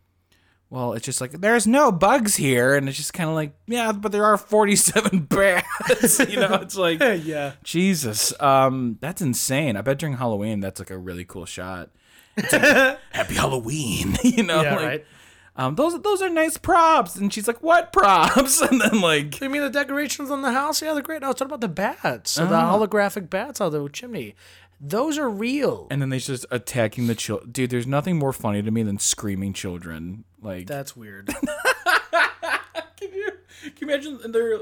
C: Well, it's just like, there's no bugs here. And it's just kind of like, yeah, but there are 47 bats. you know, it's like,
B: yeah.
C: Jesus. Um, that's insane. I bet during Halloween, that's like a really cool shot. It's like, Happy Halloween. you know,
B: Yeah,
C: like,
B: right.
C: um, those those are nice props. And she's like, what props? And then like,
B: You mean the decorations on the house? Yeah, they're great. I was talking about the bats,
C: Oh.
B: so the holographic bats out of the chimney. Those are real.
C: and then they just attacking the children. Dude, there's nothing more funny to me than screaming children. Like,
B: That's weird.
C: can you can you imagine? And they're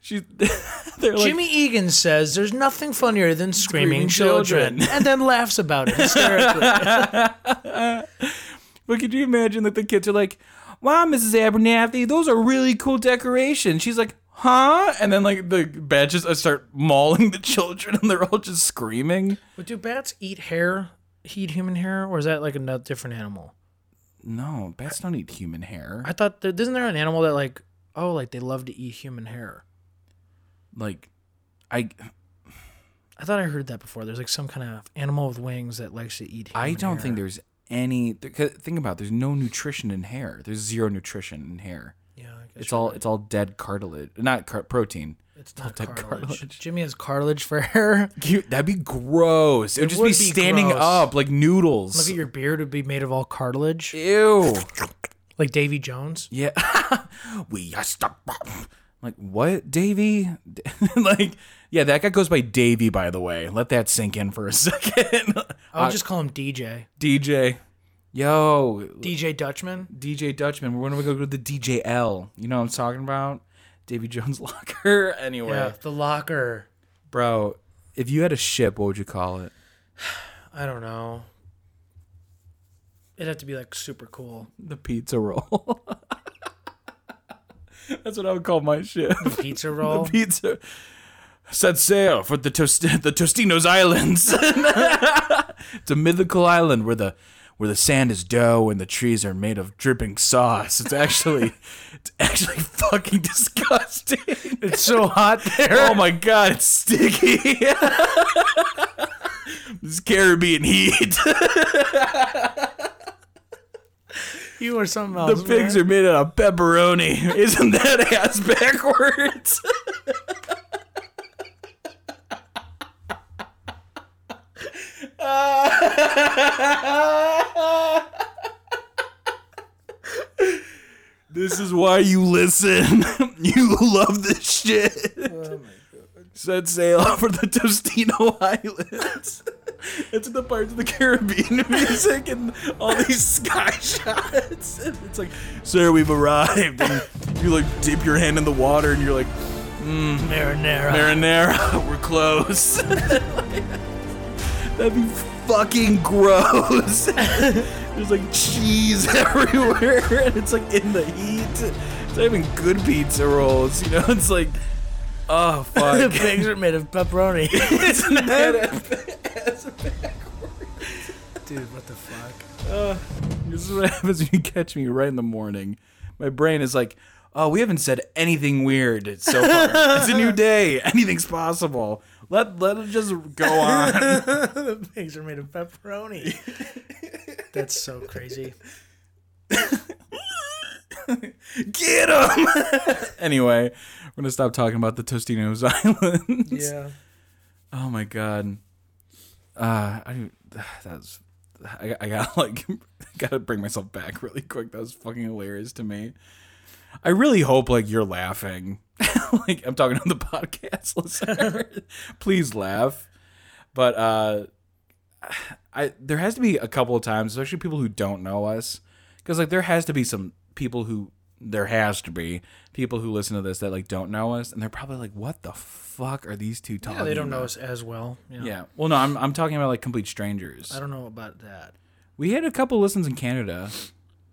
C: she's they're like,
B: Jimmy Egan says there's nothing funnier than
C: Screaming
B: screaming, children,
C: children.
B: and then laughs about it hysterically.
C: but could you imagine that the kids are like, wow, Mrs. Abernathy, those are really cool decorations. She's like, huh? And then like the badges uh, start mauling the children, and they're all just screaming.
B: but do bats eat hair? Eat human hair, or is that like a no- different animal?
C: No, bats don't eat human hair.
B: I thought there, isn't there an animal that like oh like they love to eat human hair?
C: Like, I
B: I thought I heard that before. There's like some kind of animal with wings that likes to eat. Human
C: I don't
B: hair.
C: think there's any. th- 'cause Think about it, there's no nutrition in hair. There's zero nutrition in hair.
B: Yeah, I guess
C: It's
B: you're
C: all
B: right.
C: it's all dead cartilage, not car- protein.
B: It's not
C: that
B: cartilage.
C: cartilage.
B: Jimmy has cartilage for hair.
C: Cute. That'd be gross. It would just
B: would
C: be
B: be
C: standing
B: gross.
C: up like noodles.
B: Look at your beard would be made of all cartilage,
C: Ew.
B: like Davy Jones.
C: Yeah. we are stop. Like what, Davy? like Yeah, that guy goes by Davey, by the way. Let that sink in for a second.
B: I'll
C: Uh,
B: just call him DJ.
C: DJ. Yo,
B: DJ Dutchman.
C: DJ Dutchman. When are we going to go to the DJL? You know what I'm talking about? Davy Jones Locker. Anyway,
B: Yeah, the locker.
C: bro, if you had a ship, what would you call it?
B: I don't know. It'd have to be like super cool.
C: The pizza roll. That's what I would call my ship.
B: Pizza
C: The
B: roll.
C: pizza. Set sail for the Tost- the Tostinos Islands. it's a mythical island where the where the sand is dough and the trees are made of dripping sauce. It's actually it's actually fucking disgusting.
B: It's so hot there.
C: Oh my god, it's sticky. this Caribbean heat.
B: You or something
C: The
B: else.
C: pigs are made out of pepperoni. Isn't that ass backwards? this is why you listen. you love this shit. Set sail for the Tostino Islands. it's the parts of the Caribbean music and all these sky shots. It's like, sir, we've arrived. And you like dip your hand in the water and you're like,
B: marinara.
C: marinara, we're close. That'd be fucking gross. There's like cheese everywhere and it's like in the heat. It's not even good pizza rolls, you know? It's like, oh,
B: the
C: fuck.
B: pigs are made of pepperoni.
C: Isn't that-
B: Dude, what the fuck?
C: This is what happens when you catch me right in the morning. My brain is like, oh, we haven't said anything weird so far. it's a new day. Anything's possible. Let let it just go on.
B: the pigs are made of pepperoni. That's so crazy.
C: Get him. anyway, we're gonna stop talking about the Tostinos Islands.
B: Yeah.
C: Oh my god. Uh, I that's I, I got like gotta bring myself back really quick. That was fucking hilarious to me. I really hope like you're laughing. like I'm talking on the podcast listener. Please laugh. But uh I there has to be a couple of times, especially people who don't know us, because like there has to be some people who there has to be people who listen to this that like don't know us, and they're probably like, "What the fuck are these two talking?"
B: Yeah, they don't know
C: about?"
B: us as well. Yeah.
C: Yeah. Well, no, I'm I'm talking about like complete strangers.
B: I don't know about that.
C: We had a couple listens in Canada,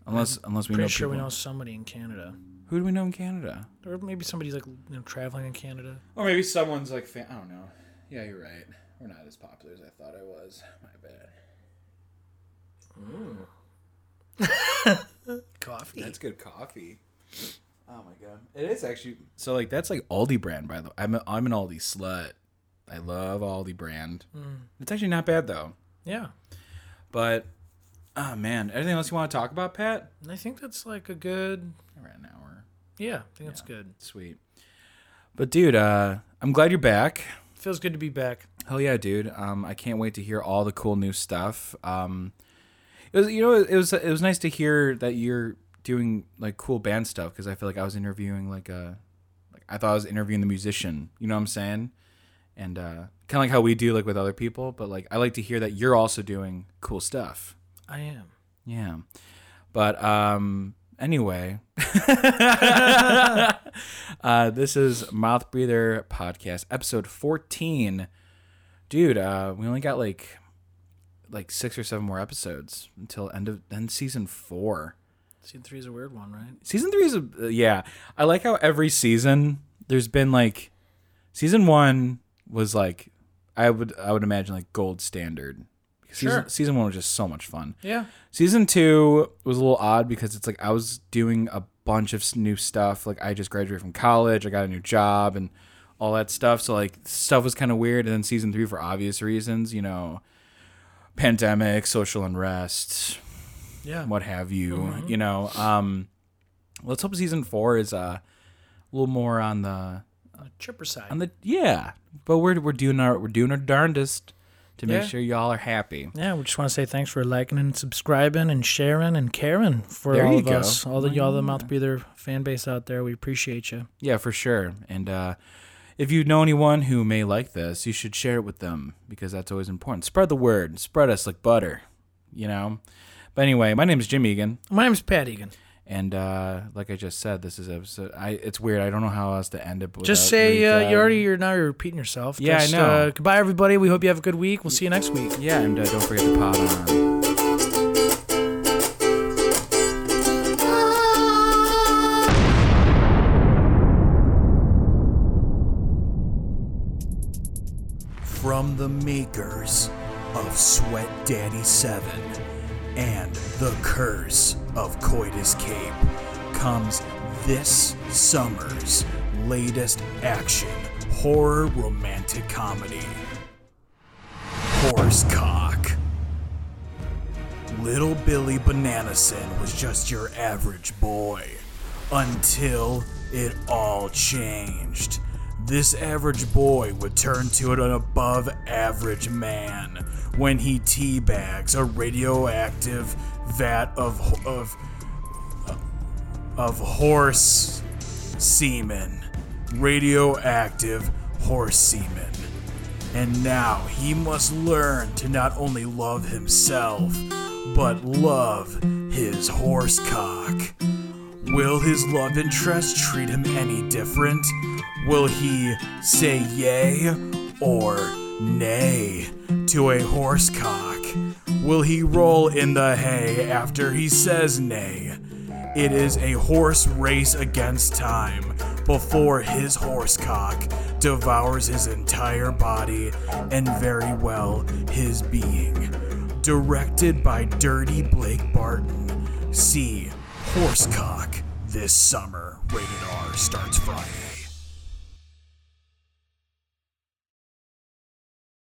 C: unless unless we know
B: Pretty sure we
C: people.
B: know somebody in Canada,
C: Who do we know in Canada?
B: or maybe somebody's like you know, traveling in Canada.
C: Or maybe someone's like I don't know. Yeah, you're right. We're not as popular as I thought I was. My bad.
B: Coffee.
C: That's good coffee. Oh my god, it is actually so like that's like Aldi brand by the way. I'm a, I'm an Aldi slut. I love Aldi brand.
B: Mm.
C: It's actually not bad though.
B: yeah.
C: But oh man, anything else you want to talk about, Pat?
B: And I think that's like a good.
C: We're at an hour.
B: Yeah, I think that's good.
C: Sweet. But dude, uh, I'm glad you're back.
B: Feels good to be back.
C: Hell yeah, dude! Um, I can't wait to hear all the cool new stuff. Um, it was you know it was it was nice to hear that you're doing like cool band stuff because I feel like I was interviewing like a like I thought I was interviewing the musician. You know what I'm saying? And uh, kind of like how we do like with other people, but like I like to hear that you're also doing cool stuff.
B: I am.
C: Yeah. But um anyway. uh this is Mouth Breather Podcast, episode 14. Dude, uh we only got like like six or seven more episodes until end of end season four.
B: Season three is a weird one, right?
C: Season three is a, uh, yeah. I like how every season there's been like season one was like I would I would imagine like gold standard. Season,
B: Sure.
C: season one was just so much fun.
B: Yeah.
C: Season two was a little odd because it's like I was doing a bunch of s- new stuff. Like I just graduated from college, I got a new job, and all that stuff. So like stuff was kind of weird. And then season three, for obvious reasons, you know, pandemic, social unrest,
B: Yeah. Mm-hmm.
C: what have you. You know, um, let's hope season four is uh, a little more on the
B: A chipper side.
C: on the yeah. But we're we're doing our we're doing our darndest to make
B: Yeah.
C: sure y'all are happy.
B: yeah, we just want to say thanks for liking and subscribing and sharing and caring for
C: There
B: all
C: you
B: of
C: go.
B: us, Mm-hmm. all the y'all the mouth breather fan base out there. We appreciate you.
C: Yeah, for sure. And uh, If you know anyone who may like this, you should share it with them because that's always important. Spread the word. Spread us like butter, you know? But anyway, my name is Jim Egan.
B: My name's Pat Egan.
C: And uh, like I just said, this is episode. I it's weird. I don't know how else to end it.
B: Just
C: without
B: say uh,
C: Rika.
B: you already you're now you're repeating yourself.
C: um, Yeah, I
B: Just,
C: know.
B: Uh, goodbye, everybody. We hope you have a good week. We'll see you next week.
C: Yeah, and uh, don't forget to pot on.
A: from the makers of Sweat Daddy 7 and The Curse of Coitus Cape comes this summer's latest action horror romantic comedy Horsecock. Little Billy Bananason was just your average boy. Until it all changed. This average boy would turn to an above average man when he teabags a radioactive vat of, of, of horse semen. Radioactive horse semen. And now he must learn to not only love himself, but love his horse cock. Will his love interest treat him any different? Will he say yay or nay to a horse cock? Will he roll in the hay after he says nay? It is a horse race against time before his horse cock devours his entire body and very well his being. Directed by Dirty Blake Barton. See Horsecock this summer. Rated R starts Friday.